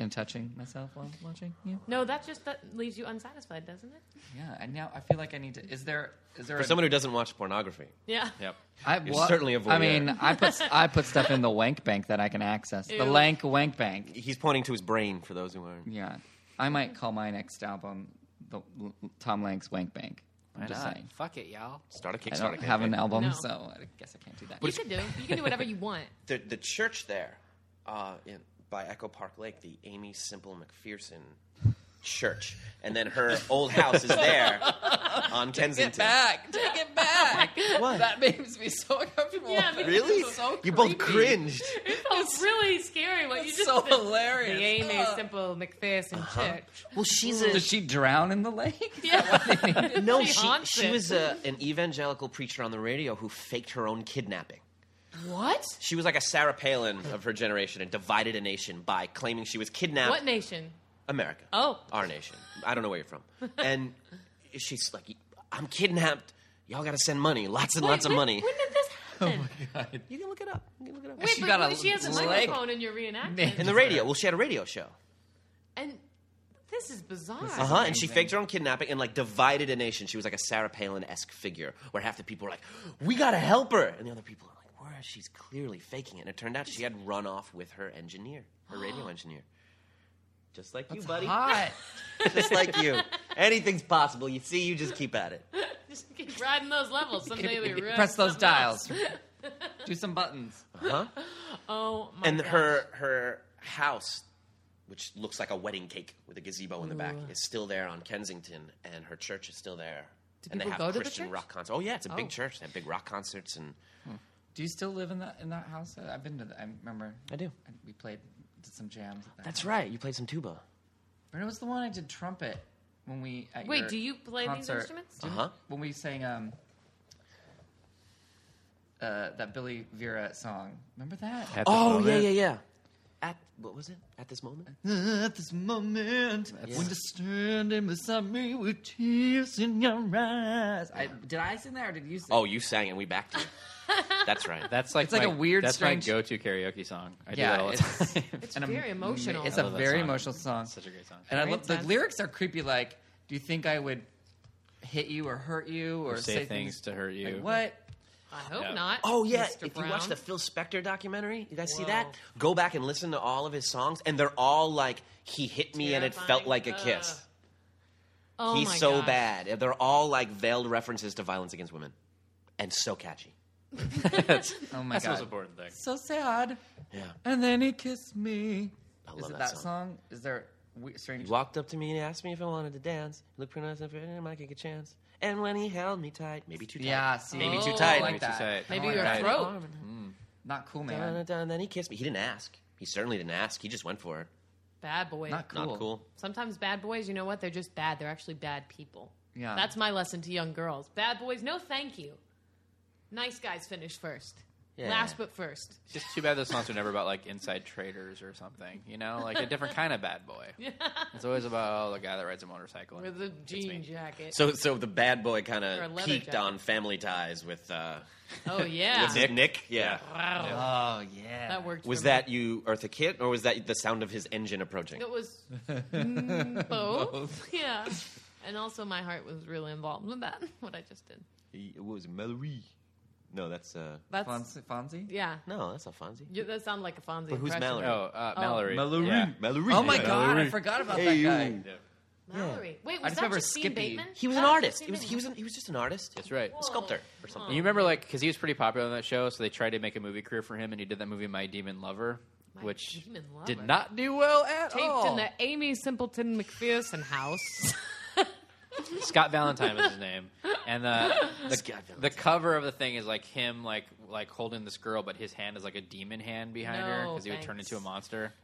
am touching myself while watching you.
No, that just that leaves you unsatisfied, doesn't it?
Yeah, and now I feel like I need to. Is there is there
For someone who doesn't watch pornography.
Yeah.
Yep.
I,
You're certainly a
I mean,
voyeur.
I put I put stuff in the wank bank that I can access. The
Ew.
lank wank bank.
He's pointing to his brain for those who aren't.
Yeah, I might call my next album the L- L- Tom Lank's Wank Bank. I'm just saying.
Fuck it, y'all.
Start a
I
Kickstarter.
don't have an album,
No.
so I guess I can't do that.
You can do. You can do whatever you want.
the, the church there uh, in, by Echo Park Lake, the Amy Simple McPherson church. And then her old house is there on Kensington. Oh
back, take it back.
What?
That makes me so uncomfortable.
Yeah, because
really?
It's
so
you both
creepy.
cringed.
It's really scary what you
It's
just
so
said.
hilarious. Uh. Uh-huh.
The aim
Ugh.
is simple McPherson Church.
Well, she's
Does she drown in the lake?
Yeah.
no,
She
she,
haunts
she
it.
was a, an evangelical preacher on the radio who faked her own kidnapping.
What?
She was like a Sarah Palin of her generation and divided a nation by claiming she was kidnapped.
What nation?
America.
Oh.
Our nation. I don't know where you're from. And she's like, I'm kidnapped. Y'all got to send money. Lots and
Wait,
lots of
when-
money.
When did this happen?
Oh You can look it up. You can look it up.
Wait,
She
but
got a
she has a
leg-
microphone in your reenactment,
And the radio. Well, she had a radio show.
and this is bizarre.
Uh huh. And she faked her own kidnapping and like divided a nation. She was like a Sarah Palin esque figure where half the people were like, we got to help her. And the other people are like, where? She's clearly faking it. And it turned out she had run off with her engineer, her radio engineer. Just like you, buddy.
Hot.
Just like you. Anything's possible. You see, you just keep at it.
Just keep riding those levels. Someday we realize
Press those
something else.
dials. do some buttons.
Oh my
and
gosh.
her her house which looks like a wedding cake with a gazebo in the back is still there on kensington and her church is still there
Do
and they
people
have
go to the
christian
church?
rock concerts oh yeah it's a
Oh.
big church they have big rock concerts and
Do you still live in that in that house? I've been to. The, I remember.
I do.
We played did some jams. At that
that's right you played some tuba
But it was the one I did trumpet when we. At
Wait,
your
do you play these
concert.
instruments?
Didn't-
Uh-huh.
When we sang um, uh, that Billy Vera song. Remember that?
At this
oh yeah
moment-
yeah yeah at what was it at this moment
At this moment, when you're standing beside me with tears in your eyes. I, did I sing that or did you sing
oh you sang and we backed you that's right
That's like
It's like
my-
a weird,
That's
strange-
my go-to karaoke song. I
Yeah,
do that all the
it's-
time.
It's
And I'm-
very emotional.
It's
I
a
love that
very
song.
emotional song.
Such a great song.
And I
Great
love the
sense.
lyrics are creepy. Like, do you think I would hit you or hurt you or,
say things to hurt you.
Like, what?
I hope
Yeah.
not.
Oh yeah!
Mr.
If
Brown.
you watch the Phil Spector documentary, you guys see
Whoa.
that? Go back and listen to all of his songs, and they're all like, "He hit me, and it felt
Terrifying.
like a
Ugh.
kiss."
oh
He's
my
so
gosh.
bad. They're all like veiled references to violence against women, and so catchy.
Oh my
That's the most
Oh god!
important thing.
So sad.
Yeah.
And then he kissed me.
I
Is
love
it
that,
that
song.
song? Is there we- strange?
He walked up to me and asked me if I wanted to dance. He looked pretty nice and I might take a chance. And when he held me tight, maybe too tight.
Yeah, see, Oh,
Maybe too
I
Oh,
tight.
Like
Maybe too
that.
tight.
I don't
Oh,
Maybe
like
your
that.
throat.
Not cool,
Dun, dun,
man.
dun. Then he kissed me. He didn't ask. He certainly didn't ask. He just went for it.
Bad boy.
Not cool.
Not cool.
Sometimes bad boys, you know what? They're just bad. They're actually bad people.
Yeah.
That's my lesson to young girls. Bad boys, no thank you. Nice guys finish first.
Yeah.
Last but first.
It's just too bad those songs are never about like inside traders or something. You know, like a different kind of bad boy. It's always about oh, the guy that rides a motorcycle. and
With a
hits me.
jean jacket.
So, so the bad boy kind
Or a
of
leather
peaked
jacket.
on Family Ties with uh,
oh, yeah.
Nick. Nick, yeah.
Oh yeah.
that worked.
Was
for
that you, Eartha Kitt, or was that the sound of his engine approaching?
Me. It was mm, both. Yeah. And also, my heart was really involved with that, what I just did.
It was Mallory. No, that's uh,
That's.
Fonzie, Fonzie?
Yeah.
no, that's not Fonzie.
You, that sounded like a Fonzie.
But who's
impression.
Mallory?
Oh, uh, Mallory.
Mallory.
Yeah.
Mallory.
Oh my
Yeah.
god, I forgot about that guy.
Mallory. Wait, was
just
that
remember
Justine
Skippy.
Bateman?
He was
That
an artist.
Justine
He was he
Bateman.
was an, he was just an artist.
That's right.
A sculptor or something.
You remember, like, because he was pretty popular in that show, so they tried to make a movie career for him, and he did that movie My Demon Lover,
My
which
Demon Lover.
did not do well at
taped
all.
in the Amy Simpleton McPherson house.
Scott Valentine was his name, and the the, the cover of the thing is like him like like holding this girl, but his hand is like a demon hand behind her
No,
because he would turn
thanks.
into a monster.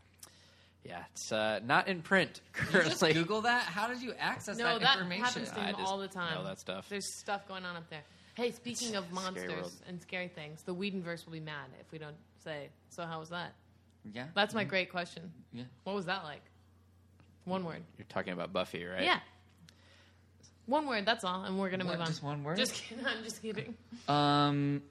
Yeah, it's uh, not in print
Just
currently.
Google that. How did you access
no,
that,
that
information?
happens to
I
him
just
all the time.
know that stuff.
There's stuff going on up there. Hey, speaking of
world.
monsters and scary things, the Whedonverse will be mad if we don't say. So how was that?
yeah.
That's my great question.
Yeah.
What was that like? One word.
You're talking about Buffy, right?
Yeah. One word. That's all, and we're gonna
What,
move on.
just one word?
Just kidding. I'm just kidding.
Um.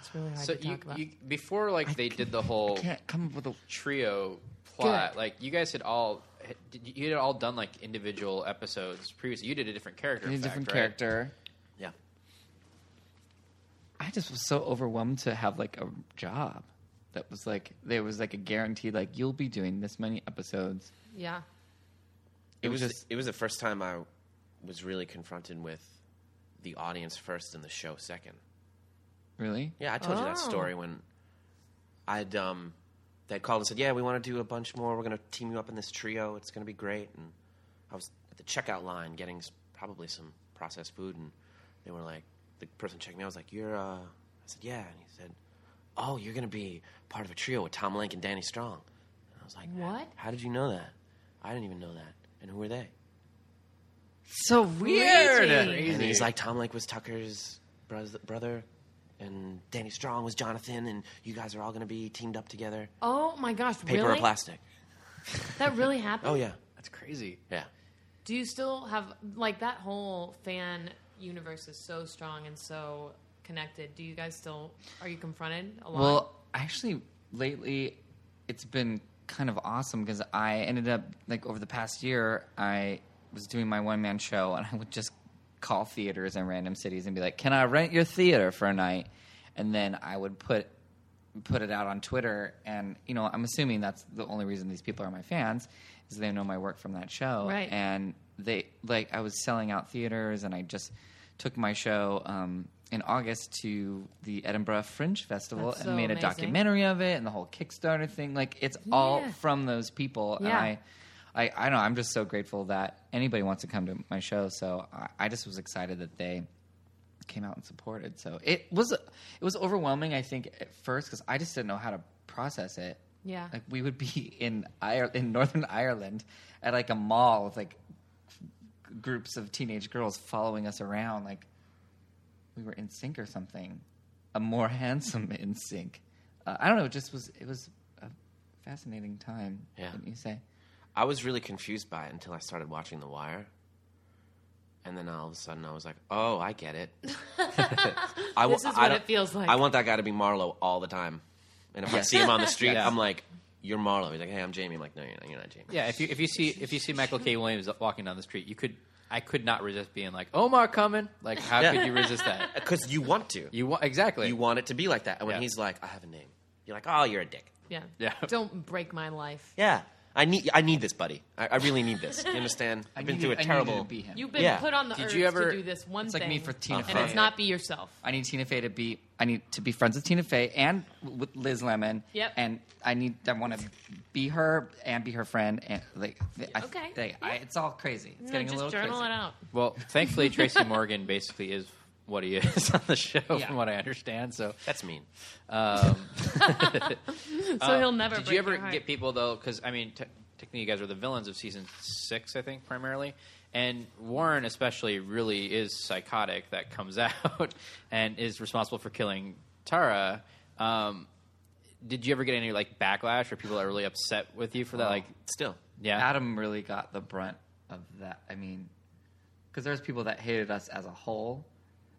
It's really hard
So
to
you,
talk about.
you before like they did the
Oh.
whole
Can't come up with a.
trio plot. Like you guys had all did you you had all done like individual episodes previously. You did a different character, in
a
fact,
different
right?
character.
Yeah.
I just was so overwhelmed to have like a job that was like there was like a guarantee like you'll be doing this many episodes.
yeah.
It, was
just
it was the first time I was really confronted with the audience first and the show second.
really
Yeah, I told you that
Oh.
story when I'd um they called and said, "Yeah, we want to do a bunch more. We're going to team you up in this trio. It's going to be great." And I was at the checkout line getting s- probably some processed food, and they were like, the person checking me out was like, "You're," uh, I said, "Yeah," and he said, "Oh, you're going to be part of a trio with Tom Link and Danny Strong." And I was like,
What?
How did you know that? I didn't even know that. And who are they?"
so weird.
And he's like, Tom Lake was Tucker's bros- brother, and Danny Strong was Jonathan, and you guys are all going to be teamed up together.
Oh my gosh!
Paper
really?
or plastic?
That really happened.
Oh, yeah.
That's crazy.
Yeah.
Do you still have like that whole fan universe is so strong and so connected? Do you guys still are you confronted a lot?
Well, actually, lately it's been kind of awesome because I ended up like over the past year I was doing my one man show and I would just call theaters in random cities and be like, "Can I rent your theater for a night?" And then I would put put it out on Twitter and you know I'm assuming that's the only reason these people are my fans is they know my work from that show
Right.
and they like I was selling out theaters and I just took my show um, in August to the Edinburgh Fringe Festival
That's
and
so
made a
amazing.
documentary of it and the whole Kickstarter thing like it's all
Yeah.
from those people and
Yeah.
I I, I don't know. I'm just so grateful that anybody wants to come to my show. So I, I just was excited that they came out and supported. So it was it was overwhelming. I think at first because I just didn't know how to process it.
Yeah.
like we would be in Ire- in Northern Ireland at like a mall with like g- groups of teenage girls following us around, like we were in sync or something. A more handsome in sync. Uh, I don't know. It just was. It was a fascinating time.
Yeah.
wouldn't you say?
I was really confused by it until I started watching The Wire. And then all of a sudden I was like, oh, I get it. I
This is what
don't-
it feels like.
I want that guy to be Marlo all the time. And if I see him on the street, I'm like, you're Marlo. He's like, hey, I'm Jamie. I'm like, no, you're not, you're not Jamie.
Yeah, if you if you see if you see Michael K. Williams walking down the street, you could I could not resist being like Omar coming. Like how
Yeah.
could you resist that?
Because you want to.
You want exactly.
You want it to be like that. And when
Yeah.
he's like, I have a name, you're like, oh, you're a dick.
yeah.
Yeah.
Don't break my life.
Yeah. I need I need this, buddy. I, I really need this. You understand? I've been
needed-
through a
I needed
terrible.
to be him.
You've been
Yeah.
put on the
Did
earth
you ever-
to do this one
it's
thing.
like me for Tina
And it's
Fey.
not be yourself.
I need Tina Fey to be. I need to be friends with Tina Fey and with Liz Lemon.
Yep.
And I need. I want to be her and be her friend. And like, th- I,
Okay.
they- I, it's all crazy. It's
No,
getting a
just
little
journal
crazy.
it out.
Well, thankfully, Tracy Morgan basically is what he is on the show,
Yeah.
from what I understand. So,
That's mean.
um,
So he'll never.
Uh, did
break
you ever
your heart.
get people though? Because I mean, te- technically, you guys are the villains of season six, I think, primarily. And Warren, especially, really is psychotic. That comes out and is responsible for killing Tara. Um, did you ever get any like backlash or people that are really upset with you for that? Like,
Still,
yeah,
Adam really got the brunt of that. I mean, because there's people that hated us as a whole,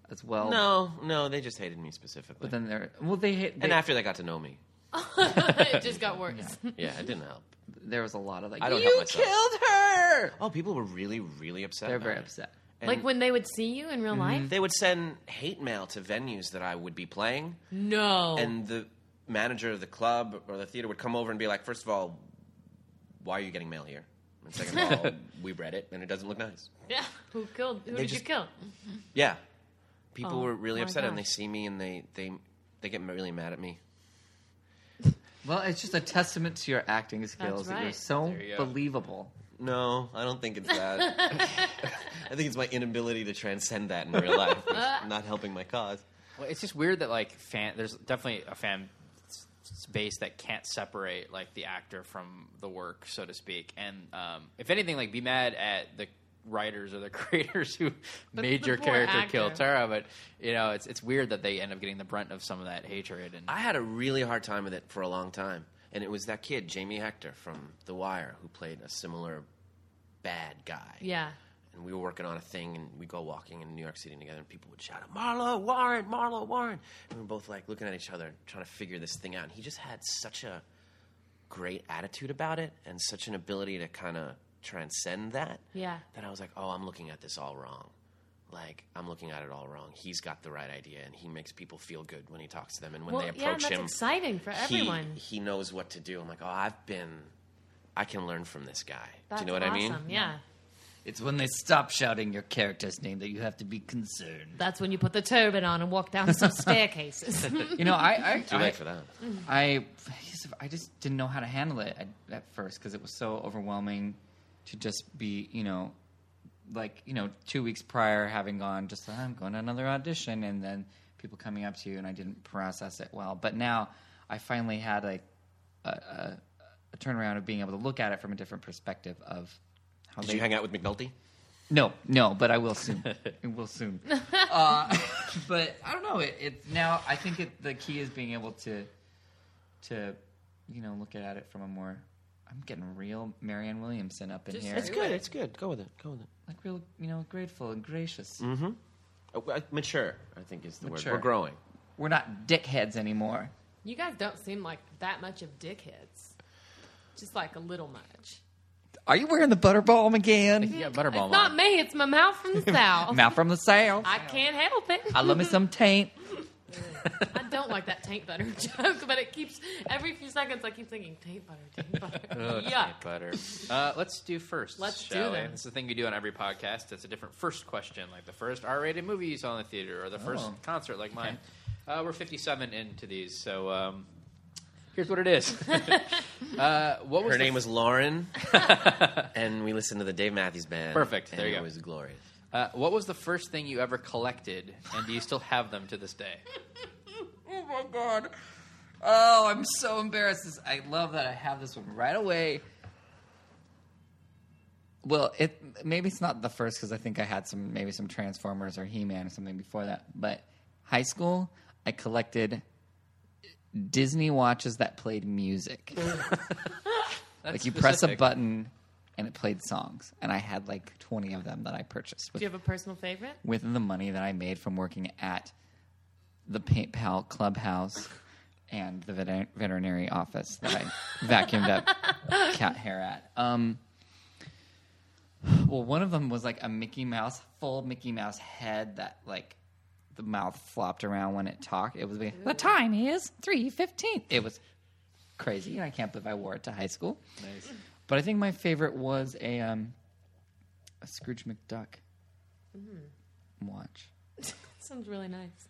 as well.
no, no. They just hated me specifically.
But then there. Well, they hate. They,
and after they got to know me,
it just got worse.
yeah, it didn't help.
there was a lot of like.
I don't
you
help myself.
killed her.
Oh, people were really, really upset.
They're
about
very
it.
upset.
And Mm-hmm.
Like when they would see you in real life.
they would send hate mail to venues that I would be playing,
Oh.
No.
and the manager of the club or the theater would come over and be like, first of all, why are you getting mail here? And second of all, we read it and it doesn't look nice.
yeah. Who killed? Who
They
did
just-
you kill?
Yeah. People
Oh,
were really
my
upset and they
gosh.
see me and they, they, they get really mad at me.
Well, it's just a testament to your acting skills. That you're
right.
so
you go.
believable.
No, I don't think it's that. I think it's my inability to transcend that in real life. which is not helping my cause.
Well, it's just weird that like fan. There's definitely a fan s- s- base that can't separate like the actor from the work, so to speak. And um, if anything, like be mad at the writers or the creators who made
the
your
poor
character kill
actor.
Tara. But you know, it's it's weird that they end up getting the brunt of some of that hatred. And
I had a really hard time with it for a long time. And it was that kid, Jamie Hector from The Wire, who played a similar bad guy.
Yeah.
And we were working on a thing, and we go walking in New York City together, and people would shout out, Marlo Warren, Marlo Warren. And we were both like looking at each other, trying to figure this thing out. And he just had such a great attitude about it and such an ability to kind of transcend that.
Yeah.
That I was like, oh, I'm looking at this all wrong. Like, I'm looking at it all wrong. He's got the right idea, and he makes people feel good when he talks to them. And when
well,
they
yeah, and
approach
that's
him,
exciting for
he-
everyone.
He, knows what to do. I'm like, oh, I've been, I can learn from this guy.
That's
do you know what
awesome.
I mean?
Yeah.
It's when they stop shouting your character's name that you have to be concerned.
That's when you put the turban on and walk down some staircases.
You know, I I,
Too
I,
late for that.
I I just didn't know how to handle it at, at first because it was so overwhelming to just be, you know, like you know, two weeks prior having gone just I'm going to another audition, and then people coming up to you, and I didn't process it well. But now I finally had like a, a, a turnaround of being able to look at it from a different perspective of how
Did
they
you hang out with McNulty?
No, no, but I will soon. I will soon. Uh, but I don't know. It, it now. I think it, the key is being able to, to, you know, look at it from a more. I'm getting real Marianne Williamson up in here.
It's good. It's good. Go with it. Go with it.
Like real, you know, grateful and gracious.
Oh, uh, mature, I think is the
Mature.
word. We're growing.
We're not dickheads anymore.
you guys don't seem like that much of dickheads. Just like a little much.
Are you wearing the butterball McGann?
yeah, Butterball
It's not
Mom.
me. It's my mouth from the south.
Mouth from the south.
I can't help it.
I love me some taint.
I don't like that taint butter joke, but it keeps every few seconds. I keep thinking taint butter, taint
Oh,
butter. Yuck.
Butter. Uh, let's do first.
Let's
shall
do
we?
them.
It's the thing you do on every podcast. It's a different first question, like the first R-rated movie you saw in the theater, or the first
Oh.
concert, like mine. Uh, we're 57 into these, so um, here's what it is. uh, what was
Her
the
name was Lauren, and we listened to the Dave Matthews Band.
Perfect.
and
There you
it
go.
was glorious.
Uh, what was the first thing you ever collected, and do you still have them to this day?
Oh my god. Oh, I'm so embarrassed. This- I love that I have this one right away. Well, it maybe it's not the first because I think I had some maybe some Transformers or He Man or something before that. But high school, I collected Disney watches that played music. like you press a
specific.
button and it played songs, and I had like 20 of them that I purchased. with
Do you have a personal favorite?
with the money that I made from working at the Paint Pal Clubhouse and the veter- veterinary office that I vacuumed up cat hair at. Um, well, one of them was like a Mickey Mouse, full Mickey Mouse head that like the mouth flopped around when it talked. It was like, the time is 3.15. It was crazy, and I can't believe I wore it to high school. Nice. But I think my favorite was a, um, a Scrooge McDuck watch.
Sounds really nice.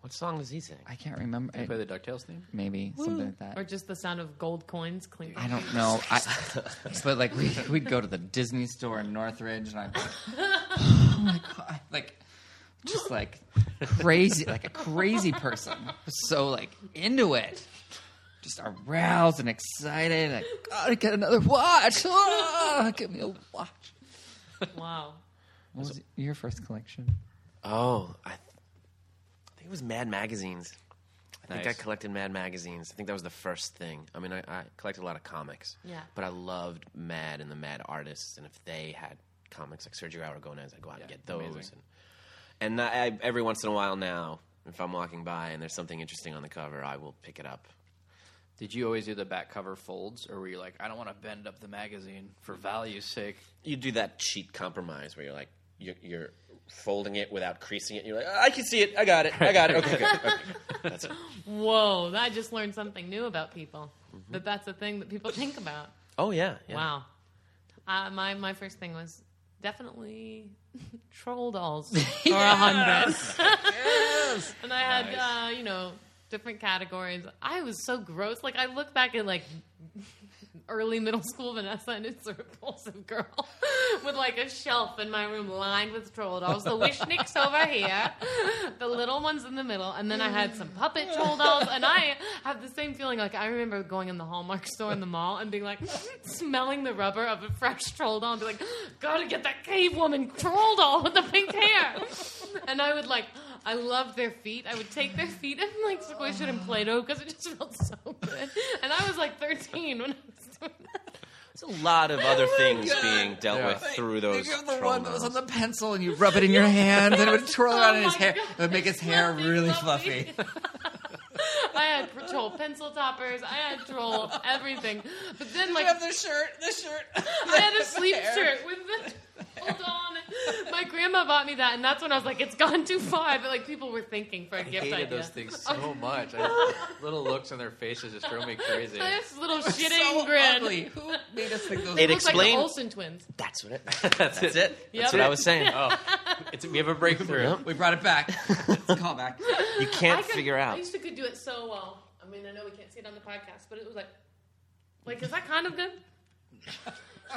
What song does he sing?
I can't remember. I-
Play the Ducktales theme.
maybe something like
Or
that.
just the sound of gold coins clink.
I don't know. I, but like we, we'd go to the Disney store in Northridge, and I, oh my god, like just like crazy, like a crazy person, so like into it, just aroused and excited. Like, gotta get another watch. Ah, give me a watch.
Wow.
What was your first collection?
Oh, I, th- I think it was Mad magazines. I think
Nice.
I collected Mad magazines. I think that was the first thing. I mean, I, I collected a lot of comics.
Yeah.
But I loved Mad and the Mad artists, and if they had comics like Sergio Aragonés, I'd go out and get those.
amazing.
And, and I, I- every once in a while now, if I'm walking by and there's something interesting on the cover, I will pick it up.
Did you always do the back cover folds, or were you like, I don't want to bend up the magazine for value's sake?
You do that cheat compromise where you're like, you're, you're folding it without creasing it. You're like, I can see it. I got it. I got it. Okay, good. Okay. That's it.
Whoa, I just learned something new about people. That that's a thing that people think about.
Oh, yeah. yeah.
Wow. Uh, my my first thing was definitely troll dolls for a hundred. and I had uh, you know different categories. I was so gross. Like I look back at like early middle school Vanessa and it's a repulsive girl with like a shelf in my room lined with troll dolls. The Wishniks over here, the little ones in the middle, and then I had some puppet troll dolls. And I have the same feeling. Like I remember going in the Hallmark store in the mall and being like, smelling the rubber of a fresh troll doll and be like, gotta get that cave woman troll doll with the pink hair. And I would like. I loved their feet. I would take their feet and like squish it in Play-Doh because it just felt so good. And I was like 13 when I was doing that.
There's a lot of other
Oh
things being dealt
Yeah.
with through those.
Think of the
troll
one that was on
novels.
the pencil, and you rub it in your hand, and it would twirl around in
Oh
his
my
hair.
God.
It would make his hair
Fluffy,
really
fluffy.
fluffy.
I had troll pencil toppers. I had troll everything. But then, like,
the shirt, the shirt.
I had a sleep shirt with the hold on. My grandma bought me that, and that's when I was like, it's gone too far. But like, people were thinking for a gift
hated
idea.
those things so much. I, little looks on their faces just drove me crazy.
I had this little shitting
so
grin.
ugly. Who made us think those?
It
Looks like the
explained.
Olsen twins.
That's what it. That's it. Oh.
Yep.
That's what I was saying.
It's, we have a breakthrough.
we brought it back. It's a callback.
You can't
I could-
figure
I
out.
used to could do it so well. I mean, I know we can't see it on the podcast, but it was like, like, is that kind of good?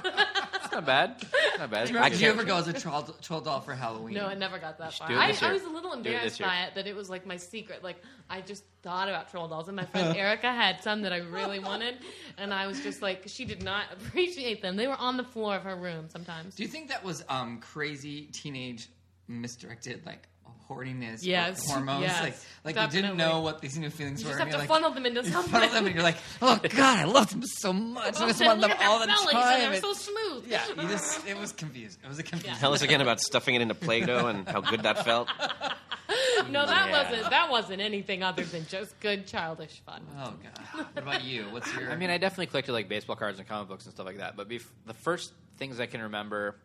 It's not bad. It's Not bad.
Did you
can't-
ever go as a troll, troll doll for Halloween?
No, I never got that far.
do it
I,
this
I
year.
was a little
Do it this
embarrassed
year.
by it that it was like my secret. Like I just thought about troll dolls, and my friend Erica had some that I really wanted, and I was just like, she did not appreciate them. They were on the floor of her room sometimes.
Do you think that was um, crazy teenage misdirected like hoardiness? or
Yes,
hormones.
yes,
like like you didn't
definitely.
know what these new feelings
You
were.
just
and
have to
you're like,
funnel them into
you
something.
funnel them, and you're like, oh god, I loved them so much. I just
Look
wanted them
at their
all the
bellies,
time.
And they're
It-
so smooth.
yeah, you just it was confused. It was a confused.
Tell us again about stuffing it into Play-Doh and how good that felt.
No, that
Yeah.
wasn't that wasn't anything other than just good childish fun.
Oh god. What about you? What's your?
I mean, I definitely collected like baseball cards and comic books and stuff like that. But bef- the first things I can remember,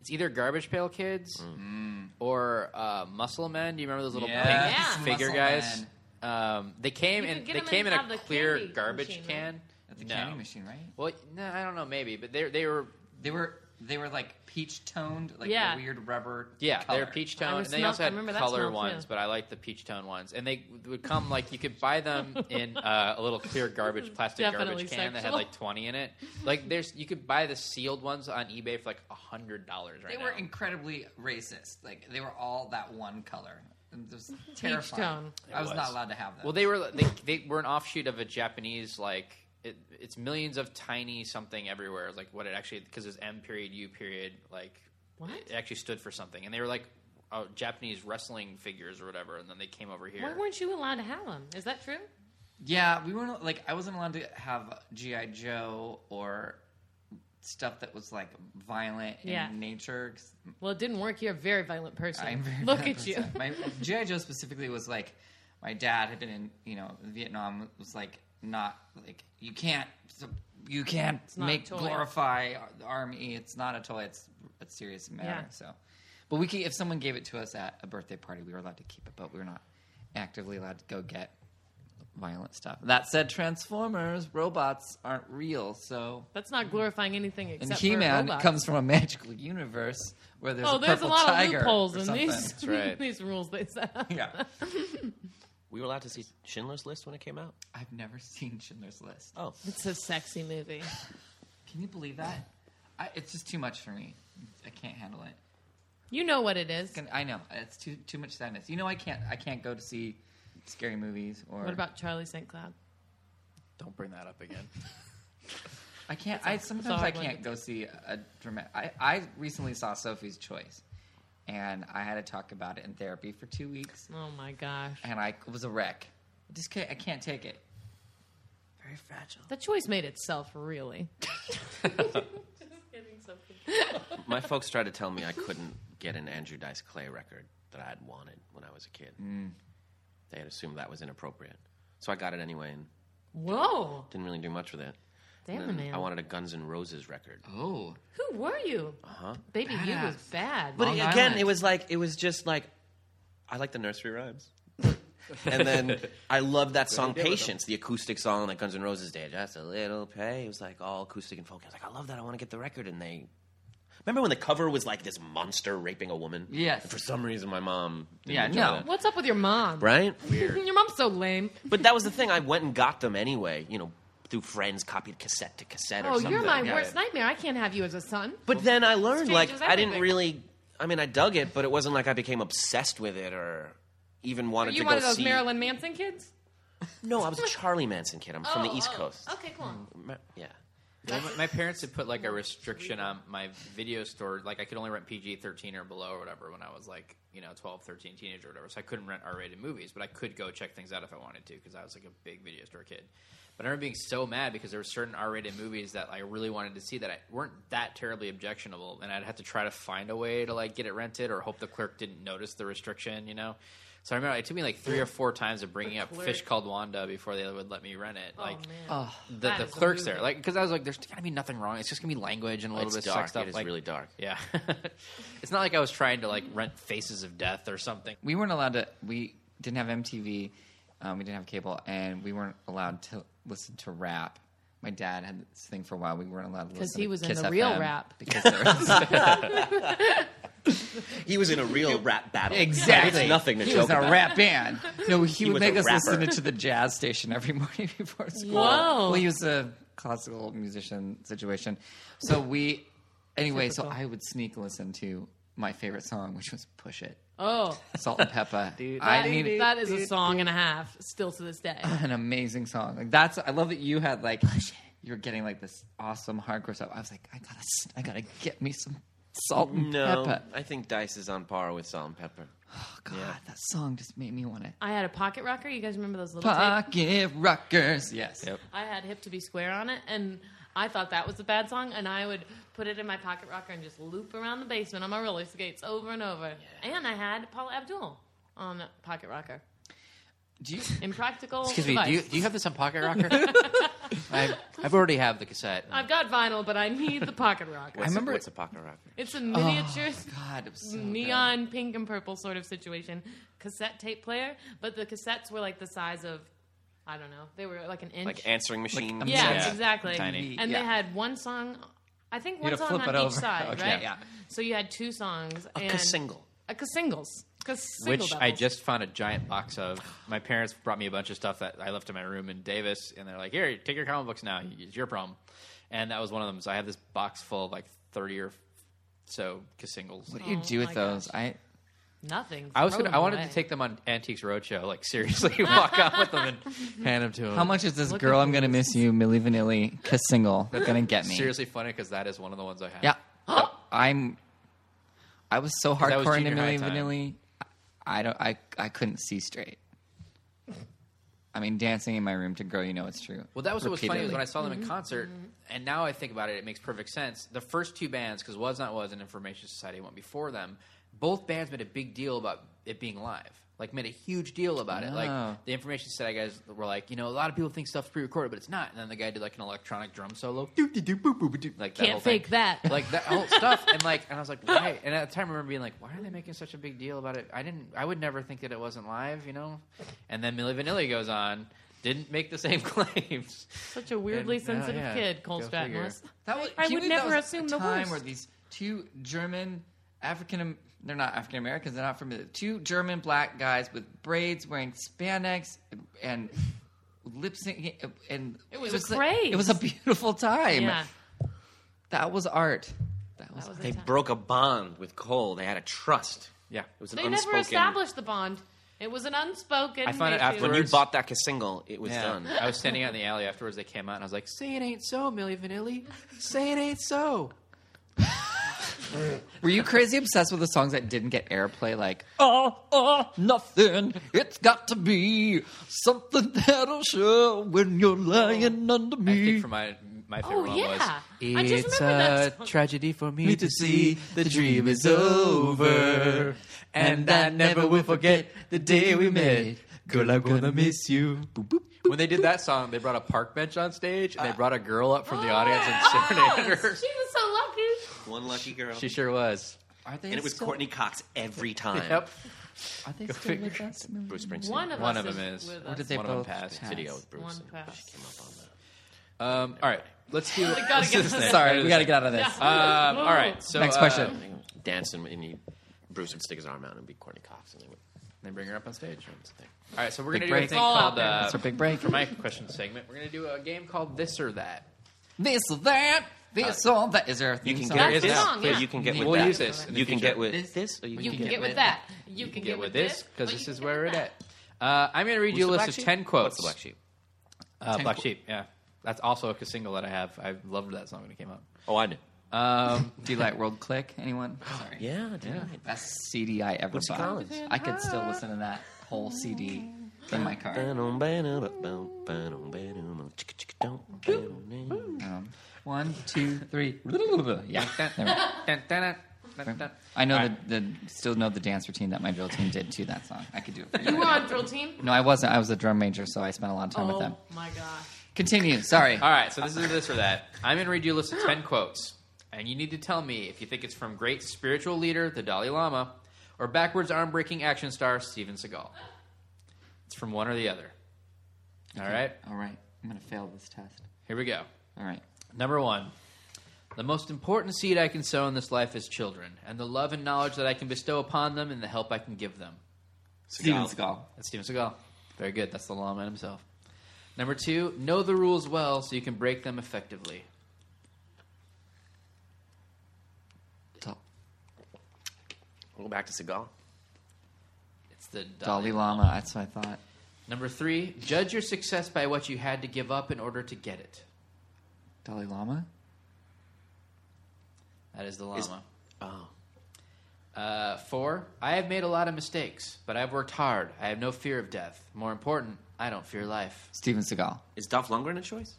it's either Garbage Pail Kids
Mm.
or uh, Muscle Men. Do you remember those little
Yes,
pink
Mm. Yeah.
figure
Muscle
guys?
Men.
Um, they came
You could
and
get
they
'em
came in
and
a
have the
clear
candy
garbage
machine, right?
can.
At the
no.
candy machine, right?
Well, no, I don't know, maybe, but they they were
They were they were like peach toned, like
Yeah.
the weird rubber.
Yeah,
color.
they're peach
I
tone, and
was
they
smell-
also
I
had
remember that
color
smell,
ones.
too.
But I like the peach tone ones, and they would come like you could buy them in uh, a little clear garbage plastic
Definitely
garbage can that had
sexual.
like twenty in it. Like there's, you could buy the sealed ones on eBay for like hundred dollars right
They
now.
were incredibly racist. Like they were all that one color. It was
Peach
terrifying.
tone.
I was,
was.
not allowed to have that.
well, they were they, they were an offshoot of a Japanese like it, it's millions of tiny something everywhere. It's like what it actually because it's M period U period like
What?
it actually stood for something, and they were like uh, Japanese wrestling figures or whatever, and then they came over here.
Why weren't you allowed to have them? Is that true?
yeah, we weren't like I wasn't allowed to have GI Joe or stuff that was like violent in
Yeah.
nature. 'cause
Well, it didn't work. You're a very violent person.
I'm very
Look
bad
at you.
person. My GI Joe specifically was like, my dad had been in you know Vietnam was like not like you can't you can't
not a
make
toy.
glorify the army. It's not a toy. It's a serious matter.
Yeah.
So, but we could, if someone gave it to us at a birthday party, we were allowed to keep it, but we were not actively allowed to go get violent stuff. That said, Transformers robots aren't real, so
That's not glorifying anything except
and He-Man
for robots.
comes from a magical universe where there's
Oh,
a
there's a
purple
lot of
tiger
loopholes
or
in
something.
these
right.
these rules they set up.
yeah,
We were allowed to see Schindler's List when it came out.
I've never seen Schindler's List.
Oh,
It's a sexy movie.
Can you believe that? I, it's just too much for me. I can't handle it.
You know what it is.
Can- I know it's too too much sadness. You know, I can't I can't go to see scary movies or
What about Charlie St. Cloud?
Don't bring that up again.
I can't. I sometimes
sorry,
I
what-
can't go see a dramatic. I, I recently saw Sophie's Choice, and I had to talk about it in therapy for two weeks,
Oh my gosh.
and I was a wreck. I just can't. I can't take it.
Very fragile.
The choice made itself, really.
my folks tried to tell me I couldn't get an Andrew Dice Clay record that I had wanted when I was a kid. They had assumed that was inappropriate, so I got it anyway and
Whoa. Hmm,
didn't really do much with it.
Damn the
And
man.
I wanted a Guns N' Roses record.
Oh,
Who were you? Uh-huh. Baby, you was
Badass.
bad.
But
Long
again,
Island.
it was like it was just like I like the nursery rhymes. and then I loved that song Patience, the acoustic song that Guns N' Roses did. Just a little pay. It was like all acoustic and folk. I was like, I love that. I want to get the record. And they remember when the cover was like this monster raping a woman?
Yes.
And for some reason, my mom. Didn't
Yeah,
enjoy
no.
that.
What's up with your mom?
Right?
your mom's so lame.
But that was the thing. I went and got them anyway, you know, through friends, copied cassette to cassette or
Oh,
something.
you're my
Yeah.
worst nightmare. I can't have you as a son.
But then I learned,
This
like,
changes
I didn't
everything.
really. I mean, I dug it, but it wasn't like I became obsessed with it or even wanted
you
to
one
go
of those
see.
Marilyn Manson kids?
No, I was a Charlie Manson kid. I'm from the
Oh,
East
oh.
Coast.
Okay, cool.
Ma- Yeah.
Well, my- my parents had put like a restriction on my video store. Like I could only rent PG 13 or below or whatever when I was like, you know, 12, 13, teenager or whatever. So I couldn't rent R rated movies, but I could go check things out if I wanted to because I was like a big video store kid. But I remember being so mad because there were certain R rated movies that I really wanted to see that I, weren't that terribly objectionable. And I'd have to try to find a way to like get it rented or hope the clerk didn't notice the restriction, you know? So I remember it took me like three or four times of bringing up Fish Called Wanda before they would let me rent it.
Oh,
Like, the,
That
the
is a
clerks
movie.
there, like because I was like, there's gotta be nothing wrong. It's just gonna be language and a little
It's
bit
dark.
of sex stuff.
It is
like,
really dark.
Yeah, it's not like I was trying to like rent Faces of Death or something.
we weren't allowed to. We didn't have MTV. Um, we didn't have cable, and we weren't allowed to listen to rap. My dad had this thing for a while. We weren't allowed to listen
he
to
was in
Kiss
the real
FM
rap.
because there was,
He was in a real rap battle.
exactly
It's nothing to
he
joke
was in a
about.
rap band. No, he, would
was
make
a
us listen
rapper.
to the jazz station every morning before school.
Whoa.
Well, he was a classical musician situation. So we, anyway. So I would sneak listen to my favorite song, which was "Push It."
Oh,
Salt and Peppa. I
that,
need it.
that is a song and a half still to this day.
an amazing song. Like that's I love that you had like
Oh,
you're getting like this awesome hardcore stuff. I was like, I gotta s- I gotta get me some salt and
No,
pepper.
I think Dice is on par with Salt and Pepper.
Oh, God, that song just made me want to
I had a pocket rocker. You guys remember those little tapes?
pocket rockers. Yes.
Yep.
I had Hip to Be Square on it, and I thought that was a bad song, and I would put it in my pocket rocker and just loop around the basement on my roller skates over and over. And I had Paul Abdul on that pocket rocker.
Do you
Impractical.
Excuse me, do you,
Device.
do you have this on Pocket Rocker? I've, I've already have the cassette.
I've got vinyl, but I need the pocket rocker.
What's a-
remember-
what's a pocket rocker.
It's a miniature
Oh,
God, it was so good.
neon pink and purple sort of situation cassette tape player, but the cassettes were like the size of I don't know, they were like um, an inch.
Like answering machine.
a
yeah,
Yeah.
exactly.
Tiny.
And
Yeah.
they had one song. I think one
had to
song
flip
on
it
each
over.
side,
Okay,
right?
yeah.
So you had two songs.
A
and
single.
A ca- singles. Ca- single
which I
doubles.
just found a giant box of. My parents brought me a bunch of stuff that I left in my room in Davis, and they're like, "Here, take your comic books now. It's your problem." And that was one of them. So I have this box full of like thirty or so singles.
What do you
Oh
do with
my
those?
gosh.
I
nothing.
I was
Throw
gonna,
them
I wanted
away.
to take them on Antiques Roadshow, like seriously, walk out with them and hand them to him.
how much is this
Look
girl?
at
I'm gonna miss you, Millie Vanilli, kiss single. gonna get me.
Seriously funny because that is one of the ones I have.
Yeah. I'm. I was so
that was
hardcore into
junior high
Milli
time.
Vanilli. I don't. I I couldn't see straight. I mean, dancing in my room to "Girl, You Know It's True."
Well, that was what was funny was
repeatedly.
when I saw them in concert,
Mm-hmm.
and now I think about it, it makes perfect sense. The first two bands, because Was Not Was and Information Society went before them, both bands made a big deal about it being live. Like made a huge deal about it.
Oh.
Like the Information Society guys were like, you know, a lot of people think stuff's pre-recorded, but it's not. And then the guy did like an electronic drum solo, Doo-doo-doo, boo-boo-boo-doo, like that
Can't
whole thing.
fake that.
like that whole stuff. And like, and I was like, why? And at the time, I remember being like, why are they making such a big deal about it? I didn't, I would never think that it wasn't live, you know. And then Millie Vanilli goes on, didn't make the same claims.
Such a weirdly
And- yeah,
sensitive
yeah.
kid, Cole
uh, Go figure.
Stratton was.
That was,
I
can you
would
believe that
never
was
assume
a
the
time
worst.
where these two German African they're not African Americans, they're not from two German black guys with braids wearing spandex and lip syncing and it
was a
like-
craze.
it was a beautiful time.
Yeah,
That was art. That was,
that was a
They
time.
broke a bond with Cole. They had a trust.
Yeah.
It was an
They
unspoken.
never established the bond. It was an unspoken.
I found it
issue.
when
afterwards.
you bought that single, it was
Yeah.
done.
I was standing out in the alley afterwards. They came out, and I was like, "Say it ain't so, Millie Vanilli. Say it ain't so."
Were you crazy obsessed with the songs that didn't get airplay? Like, oh, oh, nothing. It's got to be something that'll show when you're lying under
I
me.
think for my my favorite
Oh
one was
yeah, I just remember that. song.
tragedy for me
to see the dream is over, and I never will forget the day we met. Girl, I'm gonna miss you. Boop, boop.
when they did that song. They brought a park bench on stage,
Uh,
and they brought a girl up from the audience and serenaded her.
Oh, She was so lucky.
One lucky girl.
She sure was.
Are they
and it was
still-
Courtney Cox every time.
Yep.
Are they still
figure.
with us?
Bruce Springsteen.
One of
One
us
of them is.
with
Or
us.
did they
One of them
both
passed.
pass?
Video with Bruce.
One
and
pass.
She came up on that.
Um, all right, let's do.
gotta
let's
get
do
to
next.
Sorry, we gotta get out of this.
Um, all
Oh.
right. So
Next
uh,
question.
Dancing, and he, Bruce would stick his arm out and be Courtney Cox, and they would.
They bring her up on stage.
That was the thing.
All right, so we're gonna do a
break.
thing
It's all
called
out there.
uh,
That's our big break.
for my question segment. We're gonna do a game called This or That.
This or that. This or that. Is there a theme
You can
song?
get with
the
this,
song, yeah.
or you can get with
We'll
that.
use this. in the
You can
future.
get
This-
with this, or you, can
You can
get.
get with that.
You
You can get with this
because
or you
this
can
is
get
where
with
it at.
that.
Uh, I'm gonna read you a
Who's the
list
black
of
sheep?
ten quotes.
What's the black sheep?
Uh,
Ten
black
qu-
Sheep. Yeah, that's also a single that I have. I loved that song when it came out.
Oh, I knew.
Um,
Delight World Click. Anyone? Sorry.
Yeah, dude.
Best CD I ever
Quincy
bought.
Collins.
I could still listen to that whole CD in my car. Um, one, two, three. Yeah.
dun,
There we go.
dun, dun, dun, dun, dun.
I know the, the still know the dance routine that my drill team did to that song. I could do it. For you.
You were on drill team.
No, I wasn't. I was a drum major, so I spent a lot of time with them.
Oh my gosh.
Continue. Sorry.
All right, so this is this or that. I'm gonna read you a list of ten quotes, and you need to tell me if you think it's from great spiritual leader the Dalai Lama or backwards arm breaking action star Steven Seagal. It's from one or the other. All right,
All right. I'm gonna fail this test.
here we go.
All right.
Number one, the most important seed I can sow in this life is children, and the love and knowledge that I can bestow upon them, and the help I can give them.
Steven Seagal.
That's Steven Seagal. Very good. That's the lawman himself. Number two, know the rules well so you can break them effectively.
We'll go back to Seagal.
It's the Dalai.
Dalai Lama. That's what I thought.
Number three, judge your success by what you had to give up in order to get it.
Dalai Lama.
That is the Lama.
Is- Oh,
Uh, four, I have made a lot of mistakes, but I've worked hard. I have no fear of death. More important, I don't fear life.
Steven Seagal.
is Dolph Lundgren a choice?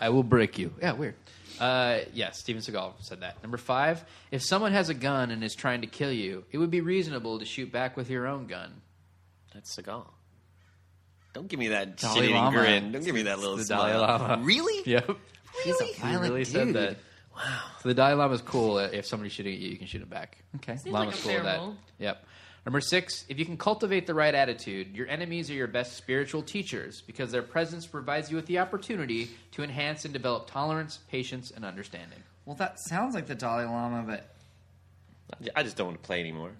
I will break you. Yeah, weird. Uh, yeah, Steven Seagal said that. Number five, if someone has a gun and is trying to kill you, it would be reasonable to shoot back with your own gun.
That's Seagal. Don't give me that
Dalai
shitty
Lama.
grin. Don't give me that little
The Dalai
smile.
Lama.
Really?
Yep.
He's a
He
violent
really
dude.
said that. Wow. So the Dalai Lama is cool. If somebody's shooting at you, you can shoot him back.
Okay.
Seems
Lama's
like a
cool
fair
with that.
rule.
Yep. Number six, if you can cultivate the right attitude, your enemies are your best spiritual teachers because their presence provides you with the opportunity to enhance and develop tolerance, patience, and understanding.
Well, that sounds like the Dalai Lama, but
I just don't want to play anymore.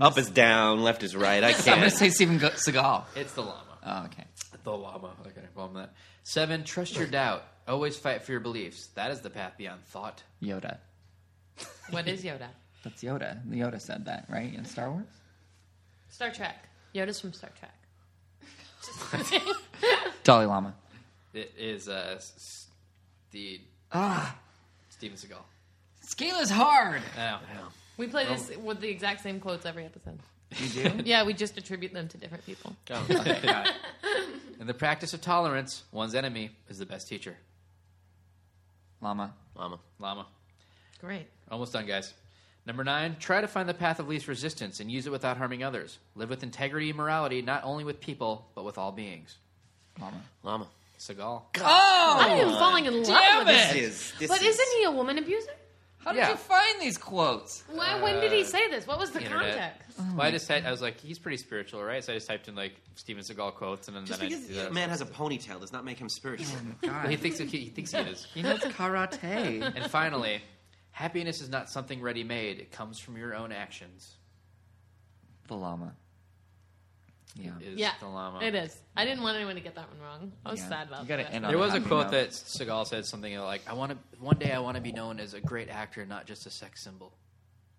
Up is down, left is right. I
I'm gonna
can't.
say Steven Go- Seagal.
It's the Lama.
Oh, okay.
The llama. Okay, well, I'm that. Seven, trust your doubt. Always fight for your beliefs. That is the path beyond thought.
Yoda.
What is Yoda?
That's Yoda. Yoda said that, right? In Star Wars?
Star Trek. Yoda's from Star Trek.
Dalai Lama.
It is uh, s- s- the Steven Seagal.
Scale is Ah, hard.
I know.
We play this with the exact same quotes every episode.
You do?
Yeah, we just attribute them to different people.
In the practice of tolerance, one's enemy is the best teacher.
Lama.
Mama.
Llama.
Great.
Almost done, guys. Number nine, try to find the path of least resistance and use it without harming others. Live with integrity and morality, not only with people, but with all beings.
Lama.
Mama.
Seagal.
I am falling in love with this.
This is, this
But
is-
isn't he a woman abuser?
How did
Yeah.
you find these quotes?
Why, when did he say this? What was the
internet.
context?
well, I just typed, I was like, he's pretty spiritual, right? So I just typed in like Steven Seagal quotes, and then,
Just
then I
because
do that.
a man has a ponytail does not make him spiritual.
Well, he thinks he, he thinks he is.
Oh, He knows karate.
And finally, happiness is not something ready made. It comes from your own actions.
the llama. Yeah.
Is
Yeah,
the llama.
it is. I didn't want anyone to get that one wrong. I was
Yeah.
sad about
You gotta
that.
end on
There was a
happy
quote
note.
that Seagal said something like, "I want to one day I want to be known as a great actor, not just a sex symbol."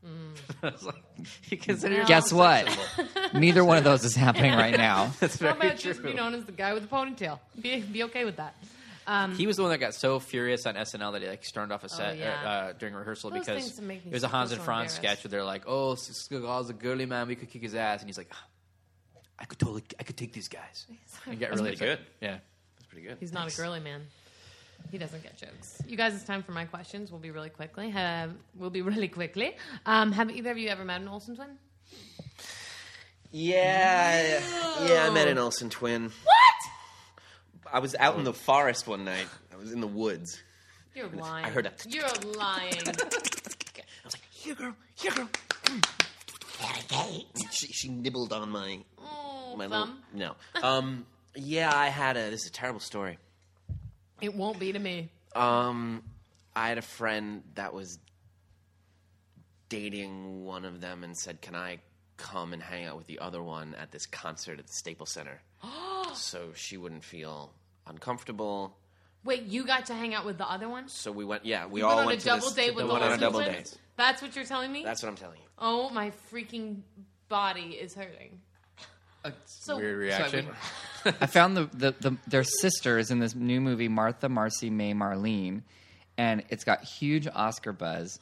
Mm.
I was like, you consider yourself
Guess
a sex
what?
symbol.
Neither one of those is happening right now.
That's
How
very
about
true.
just be known as the guy with the ponytail? Be, be okay with that.
He was the one that got so furious on SNL that he like stormed off a set
Oh, yeah.
uh, uh, during rehearsal
Those
because
things make me
it was a Hans
feel
and
so
Franz
embarrassed.
sketch where they're like, "Oh, Seagal's a girly man, we could kick his ass," and he's like, "Ah, "I could totally, I could take these guys." And get really
pretty
upset. Yeah,
That's pretty good.
He's not a girly man. He doesn't get jokes. You guys, it's time for my questions. We'll be really quickly. Have, we'll be really quickly. Um, have either of you ever met an Olsen twin?
Yeah, yeah. I met an Olsen twin.
What?
I was out in the forest one night. I was in the woods.
You're lying.
I heard a-
You're lying.
I was like, "Here, girl, here, girl." And she, she nibbled on my
Oh,
my
thumb.
little no. Um, yeah, I had a. This is a terrible story.
It won't be to me.
Um, I had a friend that was dating one of them and said, "Can I come and hang out with the other one at this concert at the Staples Center?" so she wouldn't feel uncomfortable.
Wait, you got to hang out with the other one?
So we went. Yeah, we
You
all
went on a
went to
double
this-
date with
we
the
went on a
Olsen
double
twins?
date.
That's what you're telling me?
That's what I'm telling you.
oh, my freaking body is hurting. So,
weird reaction.
I found the, the, the their sister is in this new movie Martha Marcy May Marlene, and it's got huge Oscar buzz.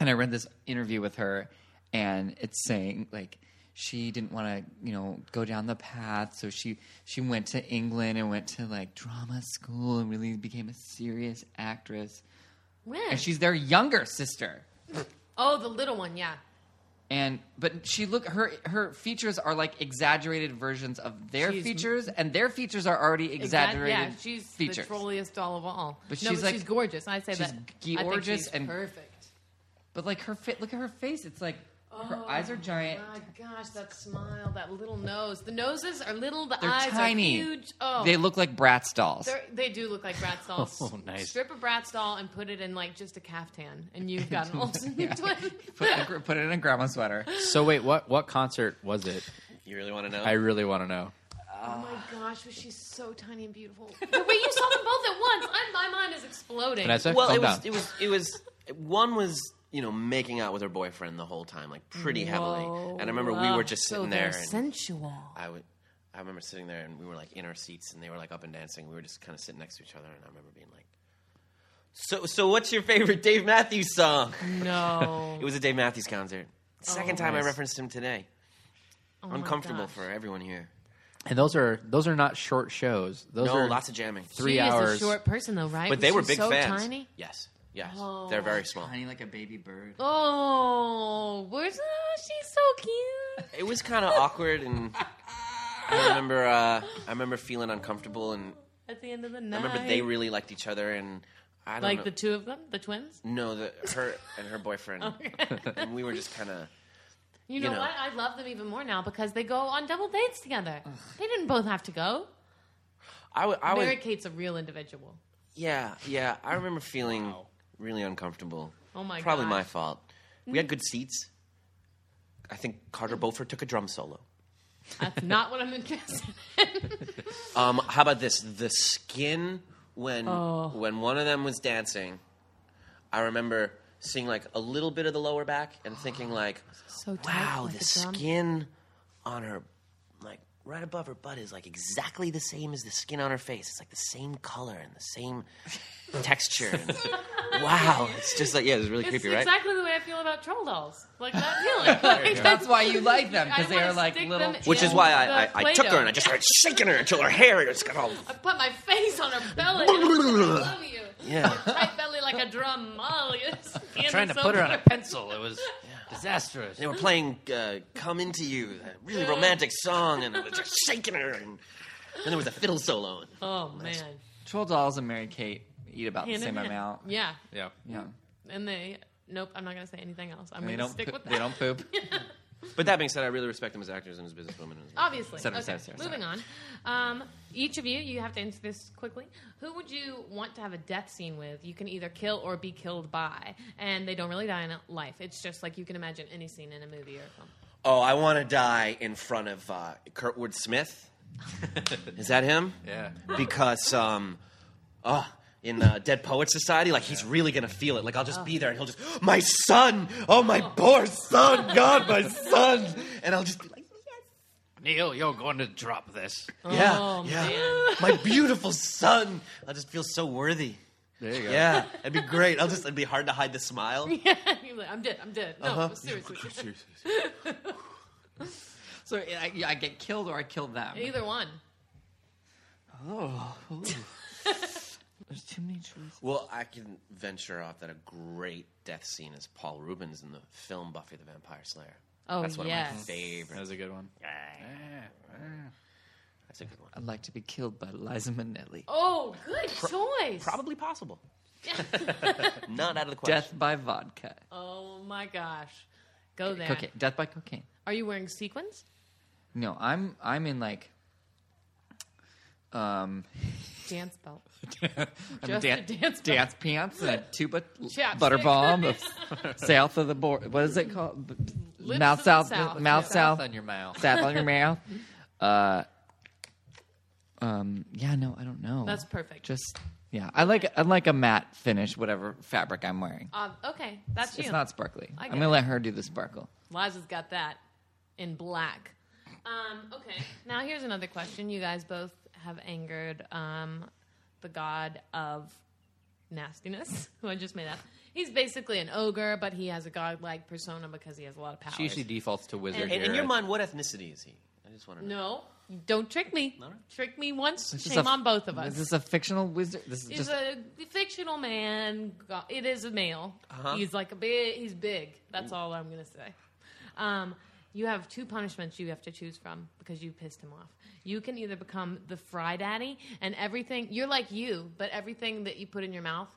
and I read this interview with her, and it's saying like she didn't want to you know go down the path, so she she went to England and went to like drama school and really became a serious actress.
when?
And she's their younger sister.
oh, the little one, yeah.
And but she look her her features are like exaggerated versions of their
She's-
features, and their features are already
Exactly.
exaggerated.
Yeah, she's
features.
the trolliest doll of all.
But
no,
she's,
but
like-
she's gorgeous. I say
she's
that. I think
gorgeous
she's
and-
perfect.
But like her fit, look at her face. It's like her eyes are giant.
Oh My gosh, that smile, that little nose. The noses are little. The
They're
eyes
tiny.
are huge. Oh,
They look like Bratz dolls.
They're- they do look like Bratz dolls.
Oh, nice.
Strip a Bratz doll and put it in like just a caftan, and you've got an Olsen twin.
Put, it- put it in a grandma sweater.
So wait, what what concert was it?
You really want to know?
I really want to know.
oh my gosh, was she so tiny and beautiful? The way you saw them both at once, I'm, my mind is exploding.
Vanessa,
well,
calm
it was,
down.
it was. It was. One was. You know, making out with her boyfriend the whole time, like pretty heavily. And I remember we were just sitting there. and-
sensual.
I would. I remember sitting there and we were like in our seats and they were like up and dancing. We were just kind of sitting next to each other and I remember being like, "So, so what's your favorite Dave Matthews song?"
No.
It was a Dave Matthews
Oh,
concert. Second time I referenced him today. Uncomfortable
gosh.
for everyone here.
and those are those are not short shows. Those
No,
are
lots of jamming.
three
she
hours.
is a short person though, right?
but they
She's
were big
so
fans.
Tiny.
Yes, yes, they're very small.
Honey, like a baby bird.
Oh, where's oh, she's so cute.
It was kind of awkward and I remember. Uh, I remember feeling uncomfortable and
At the end of the
I
night,
remember they really liked each other and I don't
like
know.
the two of them, the twins.
no, the, her and her boyfriend.
Oh.
and we were just kind of.
You know,
know.
what? I love them even more now because they go on double dates together. They didn't both have to go.
I, w- I was
Mary Kate's a real individual.
Yeah, yeah. I remember feeling really uncomfortable.
Oh my
Probably
gosh.
my fault. We had good seats. I think Carter Beaufort took a drum solo.
That's not what I'm interested in.
Um, how about this? The skin when
Oh.
when one of them was dancing, I remember seeing like a little bit of the lower back and thinking like,
So tight,
wow,
like
the,
a drum.
skin on her, like right above her butt, is like exactly the same as the skin on her face. It's like the same color and the same texture. And- wow, it's just like yeah, it was really
It's
creepy, right?
exactly the way I feel about troll dolls. Like that feeling. Like,
That's why you like them
I
because they
wanna
are like
stick
little.
them
Which
in
is why
the
I, I, I took her and I
Play-Doh.
just started shaking her until her hair just got all.
I put my face on her belly. I love you.
Yeah.
Tight belly like a drum. Oh, your skin is
Trying to
so
put her on a
perfect.
pencil. It was disastrous.
They were playing uh, "Come Into You," that really romantic song, and I was just shaking her. And then there was a fiddle solo. And
Oh man.
Troll dolls and Mary Kate eat about the
Hand in
same
hand.
amount.
Yeah.
yeah.
Yeah.
And they nope, I'm not going to say anything else. I'm
They
going to
don't.
stick
poop-
with that.
They don't poop.
But that being said, I really respect them as actors and as businesswomen. and As
Obviously.
Sorry,
okay.
sorry, sorry,
Moving on. Um, each of you, you have to answer this quickly. Who would you want to have a death scene with? You can either kill or be killed by, and they don't really die in life. It's just like you can imagine any scene in a movie or a film.
Oh, I want to die in front of uh, Kurtwood Smith. Is that him?
Yeah.
Because, um, oh, in uh, Dead Poets Society, like he's really gonna feel it. Like I'll just be there, and he'll just, my son, oh my poor son, God, my son, and I'll just be like,
Neil, you're going to drop this.
yeah,
Oh,
yeah,
man.
my beautiful son. I'll just feel so worthy.
There you go.
Yeah, it'd be great. I'll just, it'd be hard to hide the smile.
You're like, I'm dead. I'm dead. No,
Uh-huh.
seriously.
so I, I get killed or I kill them.
Either one.
Oh, ooh. there's too many choices.
Well, I can venture off that a great death scene is Paul Rubens in the film Buffy the Vampire Slayer.
Oh,
That's one
yes.
of my
That
favorite.
was a good one.
That's a good one.
I'd like to be killed by Liza Minnelli.
Oh, good choice.
Probably possible. Not out of the question.
Death by vodka.
Oh, my gosh. Go there.
Cocaine. Death by cocaine.
Are you wearing sequins?
No, I'm I'm in like um
Dance belt.
I'm
Just
dan-
a dance belt.
dance pants and a tuba
Chapstick.
butter bomb of south of the border. What is it called? B-
Lips of
mouth
the
south,
South.
mouth
Yeah.
south,
on your mouth.
south on your mouth. Uh, um, yeah, no, I don't know.
That's perfect.
Just yeah, I like I like a matte finish, whatever fabric I'm wearing.
Um, okay, that's you.
It's not sparkly.
I
I'm
get
gonna
it.
let her do the sparkle.
Liza's got that in black. Um, okay. Now here's another question. You guys both have angered um, the god of nastiness, who I just made up. He's basically an ogre, but he has a godlike persona because he has a lot of power.
She usually defaults to wizard.
And in
here.
your mind, what ethnicity is he? I just want to know.
no, don't trick me. Trick me once,
This is
shame
a-
on both of
Is
us.
this a fictional wizard? This is
He's
just
a fictional man. go- It is a male. He's like a big. He's big. That's all I'm gonna say. Um, you have two punishments you have to choose from because you pissed him off. You can either become the fry daddy and everything. You're like you, but everything that you put in your mouth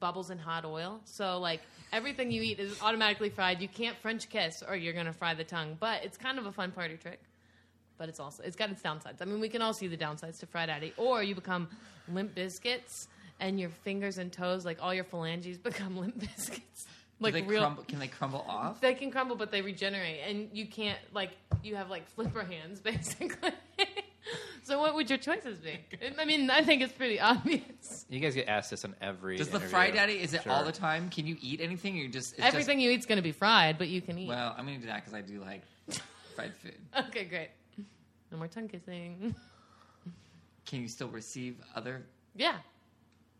bubbles in hot oil. So like everything you eat is automatically fried. You can't French kiss or you're gonna fry the tongue. But it's kind of a fun party trick but it's also it's got its downsides. I mean, we can all see the downsides to Fry Daddy, or you become limp biscuits and your fingers and toes, like all your phalanges, become limp biscuits. Like
they
real,
crumble, can they crumble off?
they can crumble, but they regenerate, and you can't like you have like flipper hands basically. so, what would your choices be? I mean, I think it's pretty obvious.
You guys get asked this on every.
Does the
interview.
fry daddy? Is it all
Sure.
the time? Can you eat anything? Or you just it's
Everything you eat's going to be fried, but you can eat.
Just, well, I'm gonna do that because I do like fried food.
okay, great. No more tongue kissing.
Can you still receive other?
yeah,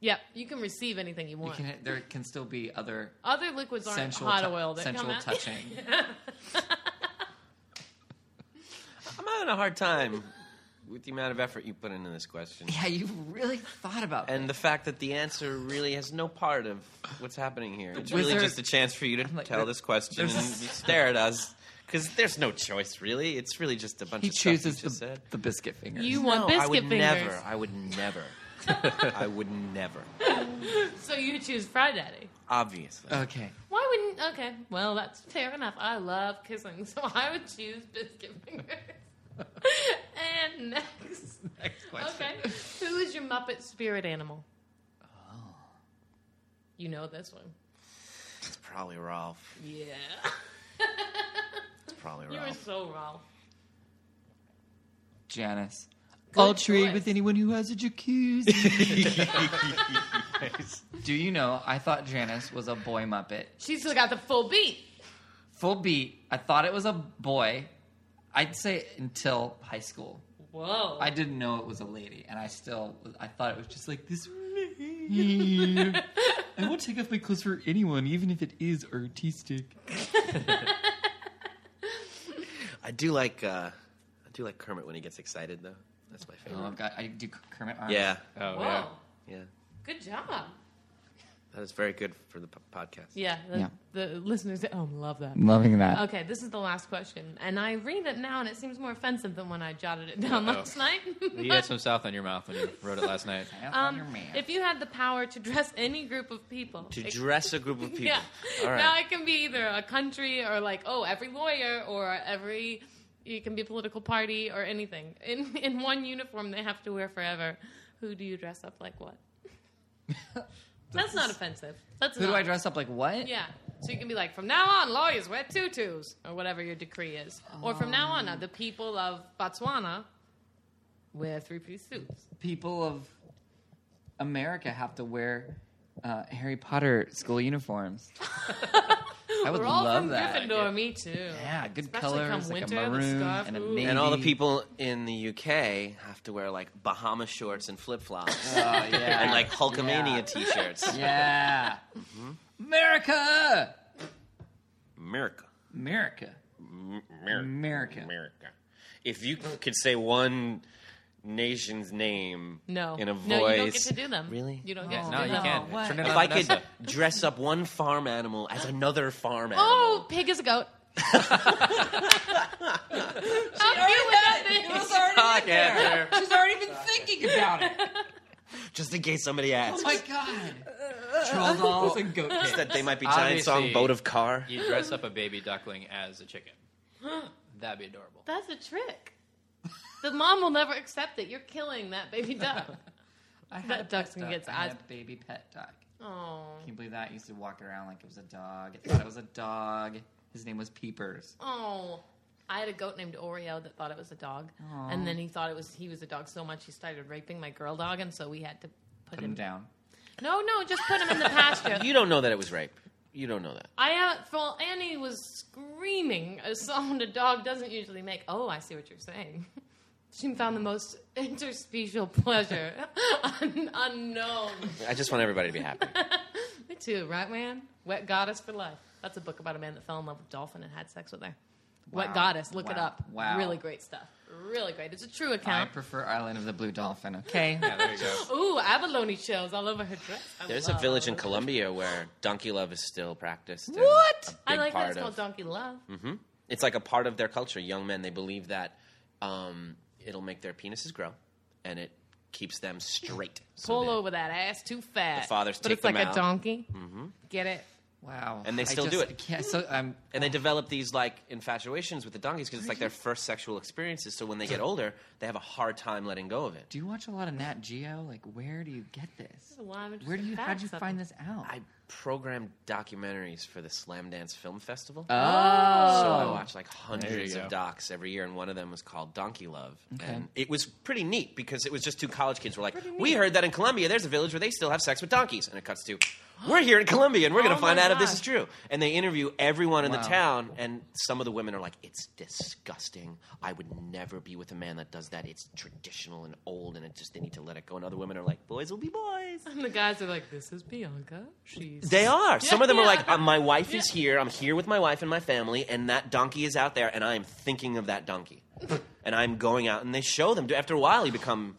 yep. You can receive anything you
You
want.
can, there can still be other
Other liquids aren't
sensual,
hot
tou-
oil. That
sensual
come out.
touching.
I'm having a hard time with the amount of effort you put into this question.
yeah, you've really thought about
And the fact that the answer really has no part of what's happening here. It's really
wizard-
just a chance for you to
like,
tell
there-
this question and
there's
you stare at us. Because there's no choice, really. It's really just a bunch
that. He
of stuff you
chooses
just
the,
said.
the biscuit fingers.
You want
no,
biscuit
I would
fingers.
never. I would never. I would never.
So you choose Fry Daddy.
Obviously.
okay?
Why wouldn't? Okay, well that's fair enough. I love kissing, so I would choose biscuit fingers. and next,
Next
okay, who is your Muppet spirit animal? Oh. You know this one.
It's probably Ralph.
Yeah,
It's probably
you were
Ralph.
so wrong.
Janice.
Good
I'll trade
choice.
with anyone who has a jacuzzi. do you know? I thought Janice was a boy Muppet.
She's still got the full beat.
Full beat. I thought it was a boy. I'd say until high school.
Whoa!
I didn't know it was a lady, and I still I thought it was just like this. I won't take off my clothes for anyone, even if it is artistic.
I do like uh, I do like Kermit when he gets excited though. That's my favorite.
Oh God, I do Kermit arms.
yeah.
Oh,
Whoa!
yeah.
Yeah.
Good job.
That is very good for the p- podcast.
Yeah, the,
Yeah.
the listeners. Oh, love that.
Loving that.
Okay, this is the last question, and I read it now, and it seems more offensive than when I jotted it down
Oh.
Uh-oh.
last night.
You had some south on your mouth when you wrote it last night.
Um, if you had the power to dress any group of people,
To
ex-
dress a group of people.
yeah.
All
Now
right.
it can be either a country or like oh every lawyer or every it can be a political party or anything in in one uniform they have to wear forever. Who do you dress up like what? That's not offensive. That's
Who do
not.
I dress up like? What?
Yeah. So you can be like, from now on, lawyers wear tutus, or whatever your decree is. Or from now
Oh.
on, uh, the people of Botswana wear three piece suits.
People of America have to wear uh, Harry Potter school uniforms. I would
We're all
love
from
that.
Gryffindor, me too.
Yeah, good
Especially
colors,
come
like
winter,
a
the
maroon
scarf,
and a
ooh.
navy.
And all the people in the UK have to wear like Bahama shorts and flip flops
yeah.
and like Hulkamania t-shirts.
Yeah. Mm-hmm. America.
America.
America.
America.
America.
America. If you could say one nation's name
No.
in a voice.
No, you don't get to do them.
Really?
You
Oh.
don't get to
no,
do
you
them.
can't.
what?
Turn it
If
on
I could
Vanessa.
dress up one farm animal as another farm animal.
Oh, pig is a goat. How cute would that be?
Fuck yeah.
She's already been thinking about
Just in case somebody
Oh
asks.
my god. Troll dolls and goat
Just that they might be giant
Obviously-
song boat of car.
You dress up a baby duckling as a chicken. That'd be adorable.
That's a trick. The mom will never accept it. You're killing that baby duck.
I had
That
a pet
duck's gonna get its
I had
eyes-
a baby pet duck.
Oh,
Can you believe that? I used to walk it around like it was a dog. I thought it was a dog. His name was Peepers.
oh. I had a goat named Oreo that thought it was a dog, and then he thought it was he was a dog so much he started raping my girl dog, and so we had to put,
Put him down.
No, no, just put him in the pasture.
You don't know that it was rape. You don't know that.
I uh, well, Annie was screaming a sound a dog doesn't usually make. Oh, I see what you're saying. She found the most interspecial pleasure Un- unknown.
I just want everybody to be happy.
Me too, right, man? Wet goddess for life. That's a book about a man that fell in love with a dolphin and had sex with her. Wet
Wow.
goddess. Look it
Wow.
up.
Wow.
Really great stuff. Really great. It's a true
I
account.
prefer Island of the Blue Dolphin. Okay.
Yeah, there you go.
Ooh, abalone shells all over her dress. I
There's a
love
village in
it.
Colombia where donkey love is still practiced. and
What?
a big
I like that
part
it's called
of- Mm-hmm.
Donkey Love.
It's like a part of their culture. Young men, they believe that um, it'll make their penises grow and it keeps them straight. So
Pull
they-
over that ass too fat.
The fathers
but
take
it's like
them
a
out. Mm-hmm.
donkey. Get it?
Wow.
And they still
I
do
just-
it.
Yeah, so I'm
And they develop these like infatuations with the donkeys because it's like their first sexual experiences. So when they get older, they have a hard time letting go of it.
do you watch a lot of Nat Geo? Like, where do you get this?
a lot of
Where do you?
interesting
How'd you
facts
find this out?
I programmed documentaries for the Slam Dance Film Festival.
oh,
So I watch like hundreds
There you
of
go.
docs every year, and one of them was called Donkey Love, and it was pretty neat because it was just two college kids were like, "We heard that in Colombia, there's a village where they still have sex with donkeys," and it cuts to, "We're here in Colombia, and we're going
Oh
to find
my
out if this
gosh.
is true." And they interview everyone in
Wow.
the town, and some of the women are like, "It's disgusting. I would never be with a man that does that. It's traditional and old, and it just they need to let it go." And other women are like, "Boys will be boys."
And the guys are like, "This is Bianca. She's
They are. Some of them are
Yeah.
like, uh, my wife is here. I'm here with my wife and my family, and that donkey is out there, and I am thinking of that donkey, and I'm going out. And they show them. After a while, you become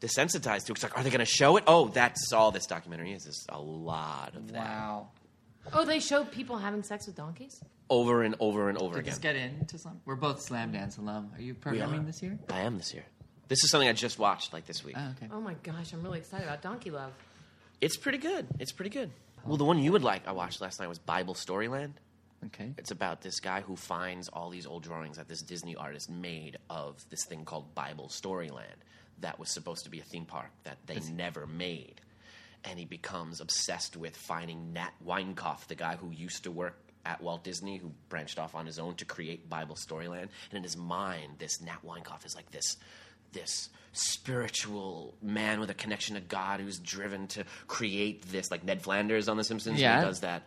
desensitized to. it. It's like, are they going to show it? Oh, that's all this documentary is. Is a lot of that
wow.
oh, they show people having sex with donkeys.
over and over and over
Did
again.
this get into some? We're both slam dance alum. Are you
are.
programming this year?
I am this year. This is something I just watched like this week.
Oh, okay.
Oh my gosh, I'm really excited about Donkey Love.
It's pretty good. It's pretty good. Well, the one you would like I watched last night was Bible Storyland.
Oh.
Okay.
It's about this guy who finds all these old drawings that this Disney artist made of this thing called Bible Storyland that was supposed to be a theme park that they never made. And he becomes obsessed with finding Nat Weinkoff, the guy who used to work at Walt Disney, who branched off on his own to create Bible Storyland. And in his mind, this Nat Weinkoff is like this this spiritual man with a connection to God who's driven to create this, like Ned Flanders on The Simpsons, who
Yeah.
does that.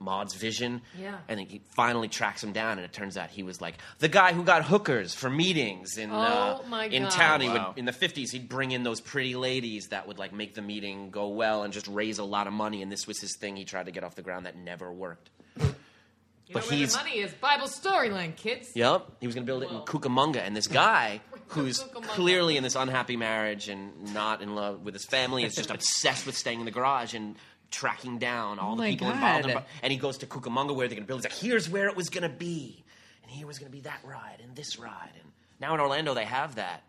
Maud's vision.
Yeah.
And then he finally tracks him down, and it turns out he was like the guy who got hookers for meetings in uh,
Oh, my
in
God.
town. He
Wow.
would in the fifties he'd bring in those pretty ladies that would like make the meeting go well and just raise a lot of money. And this was his thing. He tried to get off the ground that never worked.
You
But
know where
he's-
the money is Bible Storyland, kids.
Yep. He was going to build it in Cucamonga, and this guy who's
Cucamonga.
clearly in this unhappy marriage and not in love with his family is just obsessed with staying in the garage and tracking down
Oh
all the
my
people involved. In,
God.
and he goes to Cucamonga where they're going to build. He's like, here's where it was going to be. And here was going to be that ride and this ride. And now in Orlando, they have that.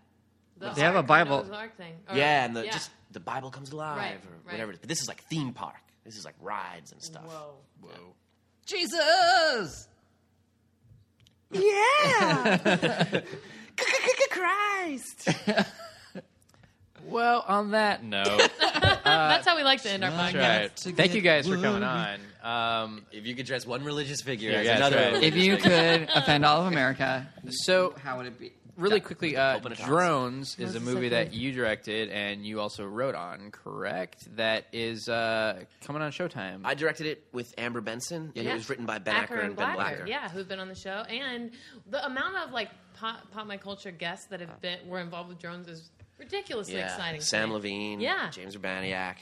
The
They have a
Ark,
Bible.
Noah's Ark thing. Or-
yeah, and the, just the Bible comes alive
Right,
or
right.
whatever it is. But this is like theme park. This is like rides and stuff.
Whoa.
Jesus!
Christ!
Well, on that note,
That's how we like to end our podcast.
that's right. Thank you guys for coming on. Um,
If you could dress one religious figure
Yeah,
as
yeah, that's
another,
right.
religious
If you
figure.
could offend all of America,
so
how would it be?
really quickly, uh,
open it up.
Drones is
was
a
the
movie
second
that you directed and you also wrote on, correct? That is uh, coming on Showtime.
I directed it with Amber Benson, and
Yeah.
it was written by Ben Acker, and, Ben Blacker.
Yeah, who've been on the show, and the amount of like pop, pop my culture guests that have been were involved with drones is ridiculously
Yeah.
exciting. to
Sam
me.
Levine,
Yeah.
James Urbaniak,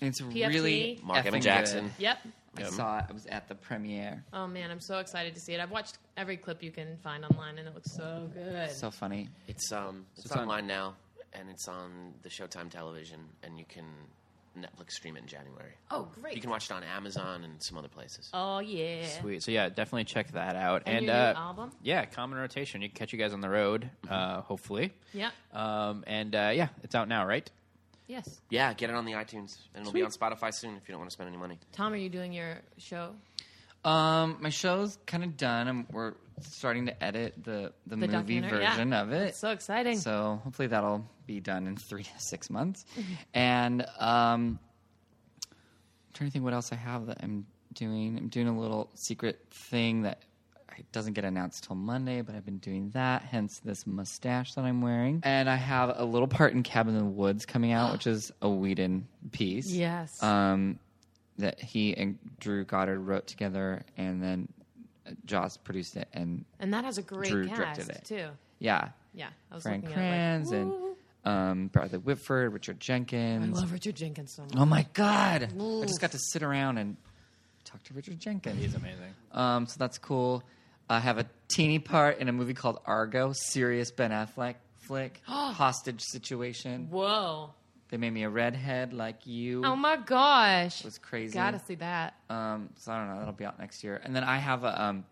It's
PFT.
really
Mark Evan
effing
Jackson.
good.
Yep.
I saw it. I was at the premiere.
Oh man, I'm so excited to see it. I've watched every clip you can find online, and it looks so good.
So funny.
It's um, it's,
it's on-
online now, and it's on the Showtime television, and you can Netflix stream it in January.
oh great!
You can watch it on Amazon and some other places.
oh yeah.
Sweet. So yeah, definitely check that out.
And
And,
your new
uh,
album?
Yeah, Common Rotation. You can catch you guys on the road,
Mm-hmm.
uh, hopefully.
Yeah.
Um, and uh, yeah, it's out now, right?
Yes.
Yeah, get it on the iTunes, and it'll be on Spotify soon if you don't want to spend any money.
Tom, are you doing your show?
Um, my show's kind of done, and we're starting to edit the the,
The
movie
documentary? Yeah.
version of it.
That's so exciting.
So hopefully that'll be done in three to six months. and um, I'm trying to think what else I have that I'm doing. I'm doing a little secret thing that doesn't get announced till Monday, but I've been doing that. Hence this mustache that I'm wearing. And I have a little part in Cabin in the Woods coming out, which is a Whedon piece.
Yes.
Um, that he and Drew Goddard wrote together, and then uh, Joss produced it, and
and that has a great
Drew
cast
directed it.
too.
yeah,
Yeah, I was
Frank
looking at it
Kranz
like,
and um, Bradley Whitford, Richard
I
Jenkins.
love Richard Jenkins so much.
oh my god! I just got to sit around and talk to Richard Jenkins.
It's amazing.
Um, so that's cool. I have a teeny part in a movie called Argo, serious Ben Affleck flick,
Oh.
hostage situation.
Whoa!
They made me a redhead like you.
Oh my gosh!
it was crazy.
Gotta see that.
Um, so I don't know. That'll be out next year. And then I have a um,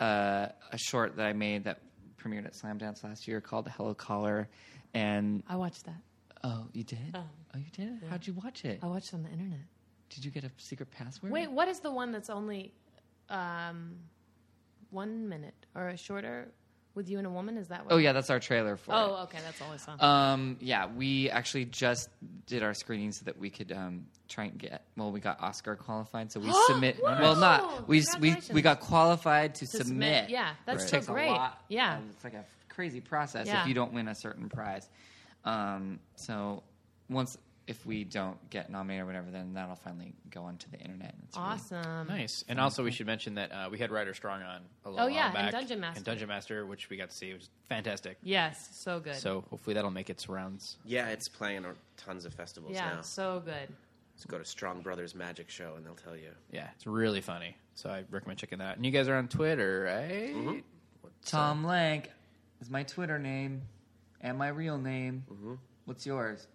uh, a short that I made that premiered at Slam Dance last year called Hello Caller. And
I watched that.
oh, you did?
Uh-huh.
oh, you did? How'd you watch it?
I watched it on the internet.
Did you get a secret password?
Oh. Wait, what is the one that's only um, one minute or a shorter with you and a woman? Is that what?
Oh yeah, that's our trailer for
Oh, okay, that's all I saw.
it. Um, yeah, we actually just did our screening so that we could um, try and get. Well, we got Oscar qualified, so we submit.
Wow!
Well, not we s- we we
Congratulations.
got qualified to,
To submit,
submit.
yeah, that's
which
so
takes a
great.
lot.
Yeah.
it's like a crazy process
Yeah.
if you don't win a certain prize. Um, so once if we don't get nominated or whatever, then that'll finally go onto the internet. and it's really-
awesome.
Nice. And also, we should mention that uh, we had Ryder Strong on a little
Oh,
while
yeah, and
back.
Dungeon Master.
And Dungeon Master, which we got to see. It was fantastic.
Yes, so good.
So hopefully that'll make its rounds.
Yeah, it's playing on tons of festivals
yeah,
now.
so good.
Just go to Strong Brothers Magic Show, and they'll tell you.
Yeah, it's really funny. So I recommend checking that out. And you guys are on Twitter, right?
Tom Lank is my Twitter name and my real name. What's yours?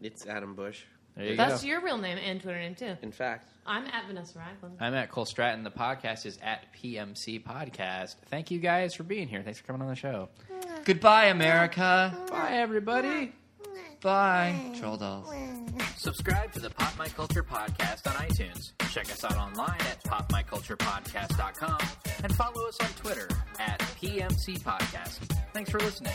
It's Adam Bush.
There you
That's
go.
your real name and Twitter name too.
In fact,
I'm at Vanessa Ragland.
I'm at Cole Stratton. The podcast is at PMC Podcast. Thank you guys for being here. Thanks for coming on the show.
Goodbye, America.
Bye, everybody.
Bye. Troll dolls.
Subscribe to the Pop My Culture Podcast on iTunes. Check us out online at popmyculturepodcast.com and follow us on Twitter at PMC Podcast. Thanks for listening.